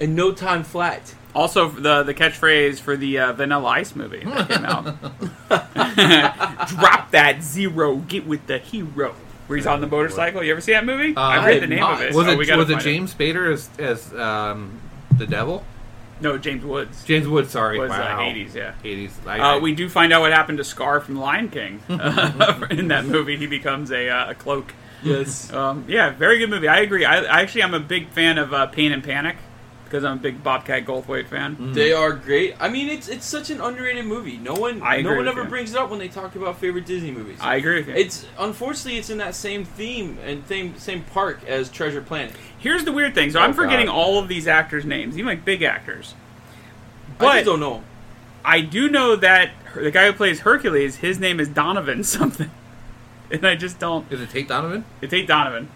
Speaker 4: and no time flat.
Speaker 2: Also, the the catchphrase for the uh, Vanilla Ice movie that came out. Drop that zero, get with the hero. Where he's on the motorcycle. You ever see that
Speaker 3: Uh,
Speaker 2: movie? Uh, I read the name of it.
Speaker 3: Was
Speaker 2: so we
Speaker 3: it
Speaker 2: gotta
Speaker 3: was it
Speaker 2: find
Speaker 3: James Spader as as um, the devil?
Speaker 2: No, James Woods.
Speaker 3: James Woods, sorry,
Speaker 2: was
Speaker 3: wow.
Speaker 2: uh, 80s, yeah.
Speaker 3: 80s.
Speaker 2: Uh, we do find out what happened to Scar from Lion King in that movie. He becomes a, uh, a cloak.
Speaker 4: Yes.
Speaker 2: Um, yeah, very good movie. I agree. I, I actually I'm a big fan of uh, Pain and Panic because I'm a big Bobcat Goldthwait fan.
Speaker 3: Mm.
Speaker 4: They are great. I mean, it's it's such an underrated movie. No one,
Speaker 2: I agree
Speaker 4: no one
Speaker 2: with
Speaker 4: ever
Speaker 2: you.
Speaker 4: brings it up when they talk about favorite Disney movies.
Speaker 2: I agree with you.
Speaker 4: It's unfortunately it's in that same theme and same same park as Treasure Planet.
Speaker 2: Here's the weird thing. So
Speaker 3: Oh,
Speaker 2: I'm forgetting
Speaker 3: God.
Speaker 2: all of these actors' names, even like big actors.
Speaker 4: I
Speaker 2: But
Speaker 4: just don't know. 'em.
Speaker 2: I do know that her- the guy who plays Hercules, his name is Donovan something, and I just don't.
Speaker 3: is it Tate Donovan?
Speaker 2: It's Tate Donovan.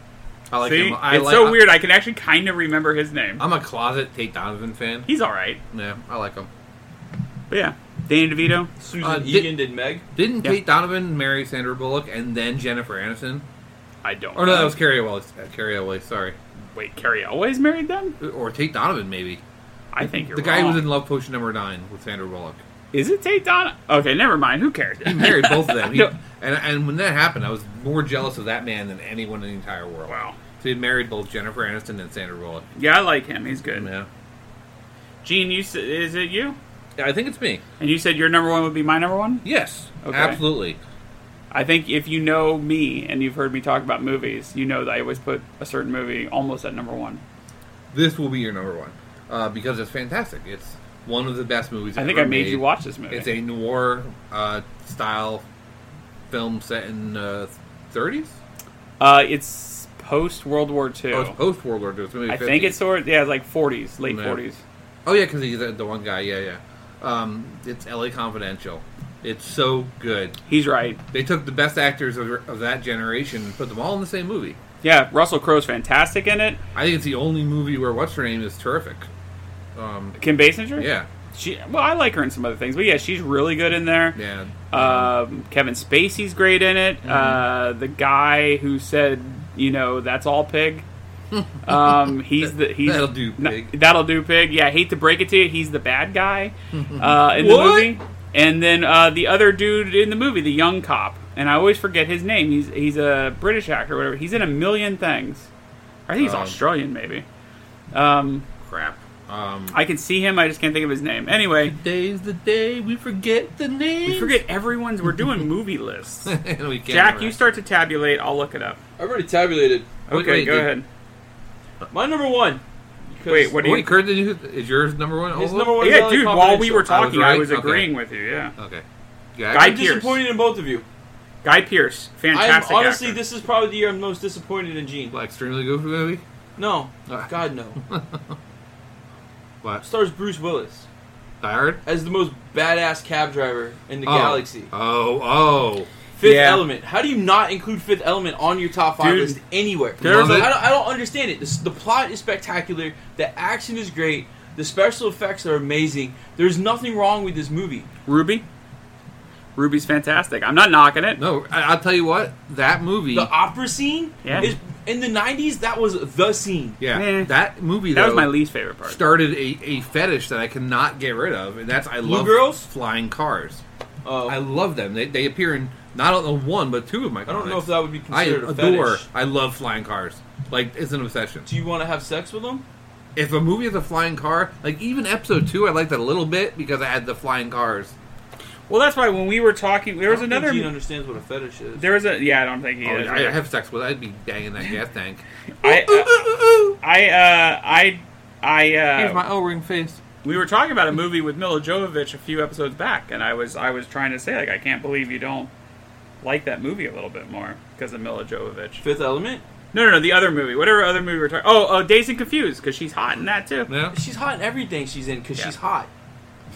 Speaker 3: I like
Speaker 2: See,
Speaker 3: him. I
Speaker 2: it's
Speaker 3: like,
Speaker 2: so
Speaker 3: I-
Speaker 2: weird. I can actually kind of remember his name.
Speaker 3: I'm a closet Tate Donovan fan.
Speaker 2: He's all right.
Speaker 3: Yeah, I like him.
Speaker 2: But yeah, Danny DeVito.
Speaker 4: Susan
Speaker 3: Uh, di-
Speaker 4: Egan did Meg.
Speaker 3: Didn't
Speaker 2: Yeah.
Speaker 3: Tate Donovan marry Sandra Bullock and then Jennifer Aniston?
Speaker 2: I don't.
Speaker 3: Or Oh, no, that
Speaker 2: know.
Speaker 3: was Carrie Away. Uh, Carrie Away, sorry.
Speaker 2: Wait, Carrie always married them?
Speaker 3: Or Tate Donovan, maybe.
Speaker 2: I think you're
Speaker 3: the guy who
Speaker 2: wrong.
Speaker 3: was in Love Potion Number Nine with Sandra Bullock.
Speaker 2: Is it Tate Donna? Okay, never mind. Who cares?
Speaker 3: He married both of them. He-
Speaker 2: No.
Speaker 3: and, and when that happened, I was more jealous of that man than anyone in the entire world.
Speaker 2: wow.
Speaker 3: So he married both Jennifer Aniston and Sandra Bullock. uh,
Speaker 2: Yeah, I like him. He's good.
Speaker 3: Yeah.
Speaker 2: Gene, you s- is it you?
Speaker 3: Yeah, I think it's me.
Speaker 2: And you said your number one would be my number one.
Speaker 3: Yes,
Speaker 2: Okay.
Speaker 3: absolutely.
Speaker 2: I think if you know me and you've heard me talk about movies, you know that I always put a certain movie almost at number one.
Speaker 3: This will be your number one uh, because it's fantastic. It's one of the best movies.
Speaker 2: I think
Speaker 3: ever
Speaker 2: I made
Speaker 3: made
Speaker 2: you watch this movie.
Speaker 3: It's a noir uh, style film set in uh, 30s.
Speaker 2: uh, it's post World War II.
Speaker 3: Oh, it's post World War II. It's maybe
Speaker 2: I
Speaker 3: 50s.
Speaker 2: think it's sort yeah, like 40s, late
Speaker 3: Yeah.
Speaker 2: 40s.
Speaker 3: Oh yeah, because he's the the one guy. Yeah, yeah. Um, it's L.A. Confidential. It's so good.
Speaker 2: He's right.
Speaker 3: They took the best actors of, of that generation and put them all in the same movie.
Speaker 2: Yeah, Russell Crowe's fantastic in it.
Speaker 3: I think it's the only movie where what's her name is terrific. Um,
Speaker 2: Kim Basinger.
Speaker 3: yeah,
Speaker 2: She well, I like her in some other things, but yeah, she's really good in there.
Speaker 3: yeah. Mm-hmm.
Speaker 2: Um, Kevin Spacey's great in it. Uh, the guy who said, you know, that's all pig. Um, he's the he's
Speaker 3: That'll do,
Speaker 2: no,
Speaker 3: pig.
Speaker 2: that'll do pig. Yeah, hate to break it to you, he's the bad guy uh, in
Speaker 4: What?
Speaker 2: the movie. And then uh, the other dude in the movie, the young cop, and I always forget his name. He's he's a British actor, or whatever. He's in a million things. I think he's
Speaker 3: Um,
Speaker 2: Australian, maybe. Um,
Speaker 3: Crap. Um,
Speaker 2: I can see him. I just can't think of his name. Anyway,
Speaker 3: Today's the day we forget the name.
Speaker 2: we forget everyone's. We're doing movie lists.
Speaker 3: and we can't
Speaker 2: Jack,
Speaker 3: remember.
Speaker 2: you start to tabulate. I'll look it up.
Speaker 4: I already tabulated.
Speaker 2: Okay,
Speaker 3: Wait, wait,
Speaker 2: go
Speaker 3: did-
Speaker 2: ahead.
Speaker 4: My number one. because-
Speaker 2: Wait, what do you?
Speaker 3: Wait, Kurt, did you, is yours number one?
Speaker 4: His
Speaker 3: also?
Speaker 4: number one. is
Speaker 2: yeah,
Speaker 4: LA
Speaker 2: dude. While we
Speaker 4: Confidential.
Speaker 2: were
Speaker 3: I was
Speaker 2: talking, I was,
Speaker 3: right? Okay.
Speaker 2: agreeing with you. Yeah,
Speaker 3: Okay. Jack?
Speaker 2: Guy
Speaker 4: I'm
Speaker 2: Pierce.
Speaker 4: disappointed in both of you.
Speaker 2: Guy Pierce,
Speaker 4: I'm
Speaker 2: fantastic.
Speaker 4: honestly,
Speaker 2: actor.
Speaker 4: this is probably the year I'm most disappointed in Gene.
Speaker 3: like extremely goofy movie.
Speaker 4: No,
Speaker 3: Ah.
Speaker 4: God no.
Speaker 3: What?
Speaker 4: Stars Bruce Willis
Speaker 3: Tired?
Speaker 4: as the most badass cab driver in the
Speaker 3: Oh.
Speaker 4: galaxy.
Speaker 3: Oh, oh.
Speaker 4: Fifth
Speaker 2: Yeah.
Speaker 4: Element. How do you not include Fifth Element on your top five
Speaker 2: Dude,
Speaker 4: list anywhere?
Speaker 3: there's
Speaker 4: I,
Speaker 3: a-
Speaker 4: don't, I don't understand it. This, the plot is spectacular. The action is great. The special effects are amazing. There's nothing wrong with this movie.
Speaker 2: Ruby. Ruby's fantastic. I'm not knocking it.
Speaker 3: No, I, I'll tell you what. That movie.
Speaker 4: The opera scene
Speaker 2: Yeah.
Speaker 4: is in the '90s. That was the scene.
Speaker 3: yeah,
Speaker 2: Eh.
Speaker 3: that movie.
Speaker 2: that was
Speaker 3: though,
Speaker 2: my least favorite part.
Speaker 3: Started a, a fetish that I cannot get rid of, and that's I love
Speaker 4: girls?
Speaker 3: flying cars.
Speaker 4: Oh,
Speaker 3: I
Speaker 4: I,
Speaker 3: love them. They, they appear in not only one but two of my.
Speaker 4: don't know if that would be
Speaker 3: I
Speaker 4: considered a
Speaker 3: adore.
Speaker 4: fetish.
Speaker 3: I love flying cars. Like it's an obsession.
Speaker 4: Do you want to have sex with them?
Speaker 3: If a movie is a flying car, like even episode two, I liked that a little bit because I had the flying cars.
Speaker 2: Well, that's why when we were talking, there was
Speaker 4: I don't think
Speaker 2: another.
Speaker 4: Gene understands what a fetish is.
Speaker 2: There was a yeah. I don't think he
Speaker 3: Oh,
Speaker 2: is.
Speaker 3: I I have sex with. I'd be banging that gas tank.
Speaker 2: I uh, I uh, I I uh,
Speaker 4: Oh.
Speaker 3: O-ring face.
Speaker 2: we were talking about a movie with Mila Jovovich a few episodes back, and I was I was trying to say like I can't believe you don't like that movie a little bit more because of Mila Jovovich.
Speaker 4: Fifth Element.
Speaker 2: No, no, no, the other movie, whatever other movie we're talking. Oh, oh, Days and Confused because she's hot in that too.
Speaker 3: Yeah.
Speaker 4: She's hot in everything she's in because
Speaker 2: Yeah.
Speaker 4: she's hot.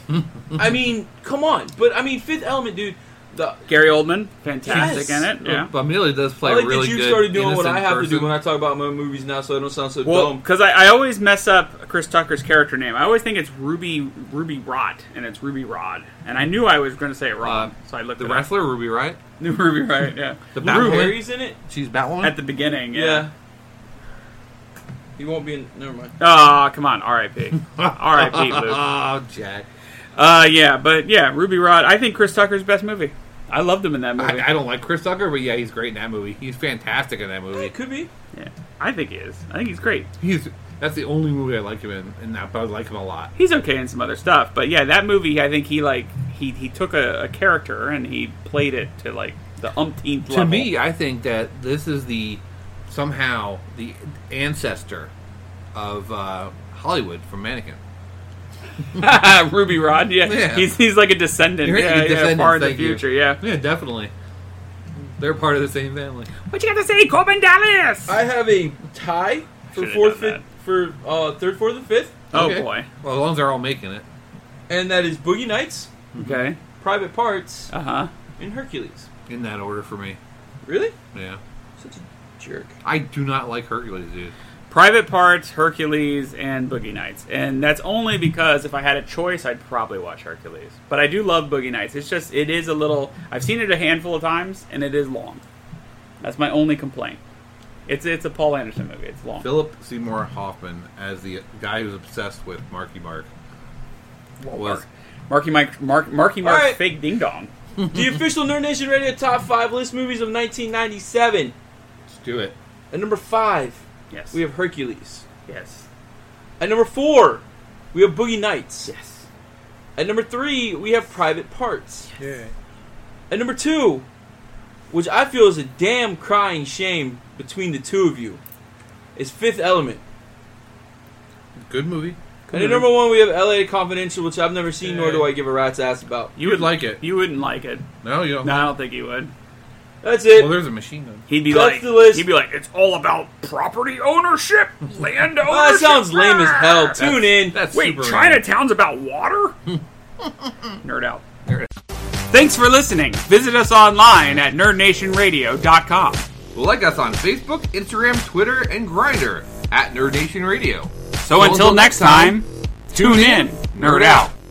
Speaker 4: I mean, come on. But I mean, Fifth Element, dude. The
Speaker 2: Gary Oldman, fantastic
Speaker 4: Yes.
Speaker 2: in it. Yeah.
Speaker 3: But Amelia does play
Speaker 4: I like
Speaker 3: a really
Speaker 4: that you
Speaker 3: good.
Speaker 4: started doing what I
Speaker 3: innocent
Speaker 4: have to do
Speaker 3: person.
Speaker 4: when I talk about my movies now, so I don't sound so
Speaker 2: Well,
Speaker 4: dumb.
Speaker 2: because I, I always mess up Chris Tucker's character name. I always think it's Ruby Ruby Rot, and it's Ruby Rod. And I knew I was going to say it wrong,
Speaker 3: Uh,
Speaker 2: so I looked
Speaker 3: the
Speaker 2: it
Speaker 3: wrestler Ruby, right?
Speaker 2: up. Ruby Rot, yeah.
Speaker 3: The
Speaker 4: Drew
Speaker 3: Batwoman.
Speaker 4: Barry's in it.
Speaker 3: She's Batwoman.
Speaker 2: At the beginning,
Speaker 4: Yeah.
Speaker 2: yeah.
Speaker 4: He won't be in. Never mind.
Speaker 2: Ah, come on, R.I.P. R.I.P. Luke.
Speaker 3: Oh, Jack.
Speaker 2: Uh, yeah, but yeah, Ruby Rod. I think Chris Tucker's best movie. I loved him in that movie.
Speaker 3: I, I don't like Chris Tucker, but yeah, he's great in that movie. He's fantastic in that movie.
Speaker 4: It could be.
Speaker 2: yeah, I think he is. I think he's great.
Speaker 3: He's that's the only movie I like him in, in that, but I like him a lot.
Speaker 2: he's okay in some other stuff but yeah that movie i think he like he he took a, a character and he played it to like the umpteenth level
Speaker 3: To me, I think that this is the somehow the ancestor of uh, Hollywood from Mannequin.
Speaker 2: ruby rod yeah.
Speaker 3: Yeah.
Speaker 2: he's he's like a descendant
Speaker 3: You're right,
Speaker 2: yeah,
Speaker 3: the
Speaker 2: yeah
Speaker 3: descendants,
Speaker 2: far in the
Speaker 3: thank you.
Speaker 2: future yeah
Speaker 3: Yeah, definitely. They're part of the same family.
Speaker 2: what you got to say corbin dallas
Speaker 4: I have a tie for
Speaker 2: Should've
Speaker 4: fourth,
Speaker 2: done
Speaker 4: fifth, for uh, third, fourth, and fifth,
Speaker 2: oh
Speaker 3: Okay.
Speaker 2: boy
Speaker 3: Well, as long as they're all making it.
Speaker 4: and that is Boogie Nights,
Speaker 2: okay
Speaker 4: Private Parts,
Speaker 2: uh-huh
Speaker 4: and Hercules.
Speaker 3: In that order for me.
Speaker 4: Really?
Speaker 3: Yeah.
Speaker 4: Such a jerk.
Speaker 3: I do not like Hercules, dude.
Speaker 2: private parts hercules and boogie nights and that's only because if i had a choice i'd probably watch hercules but i do love boogie nights it's just it is a little i've seen it a handful of times and it is long that's my only complaint it's it's a paul anderson movie it's long
Speaker 3: Philip Seymour Hoffman as the guy who's obsessed with Marky Mark. was-
Speaker 2: Marky Mike, Mark, Marky Mark,
Speaker 4: All right.
Speaker 2: fake ding dong.
Speaker 4: the official Nerd Nation Radio Top 5 List Movies of 1997.
Speaker 3: Let's do it.
Speaker 4: At number 5,
Speaker 2: Yes,
Speaker 4: we have Hercules.
Speaker 2: yes,
Speaker 4: At number 4, we have Boogie Nights.
Speaker 2: yes.
Speaker 4: At number 3, we have Private Parts. At number 2, which I feel is a damn crying shame between the two of you, is Fifth Element.
Speaker 3: Good movie.
Speaker 4: And at number one, we have L.A. Confidential, which I've never seen, nor
Speaker 3: Yeah.
Speaker 4: do I give a rat's ass about.
Speaker 3: You would like it.
Speaker 2: You wouldn't like it.
Speaker 3: No, you don't.
Speaker 2: No, I don't think you would.
Speaker 4: That's it.
Speaker 3: Well, there's a machine gun.
Speaker 2: He'd be
Speaker 4: Cut
Speaker 2: like,
Speaker 4: the list.
Speaker 2: he'd be like, it's all about property ownership, Ah. land ownership.
Speaker 4: Oh, that sounds lame as hell.
Speaker 2: That's-
Speaker 4: Tune in.
Speaker 3: That's
Speaker 2: Wait,
Speaker 3: super
Speaker 2: Chinatown's about water? Nerd out. Thanks for listening. Visit us online at nerdnationradio.com.
Speaker 3: Like us on Facebook, Instagram, Twitter, and Grinder at Nerd Nation Radio.
Speaker 2: So until next time, tune in, nerd out.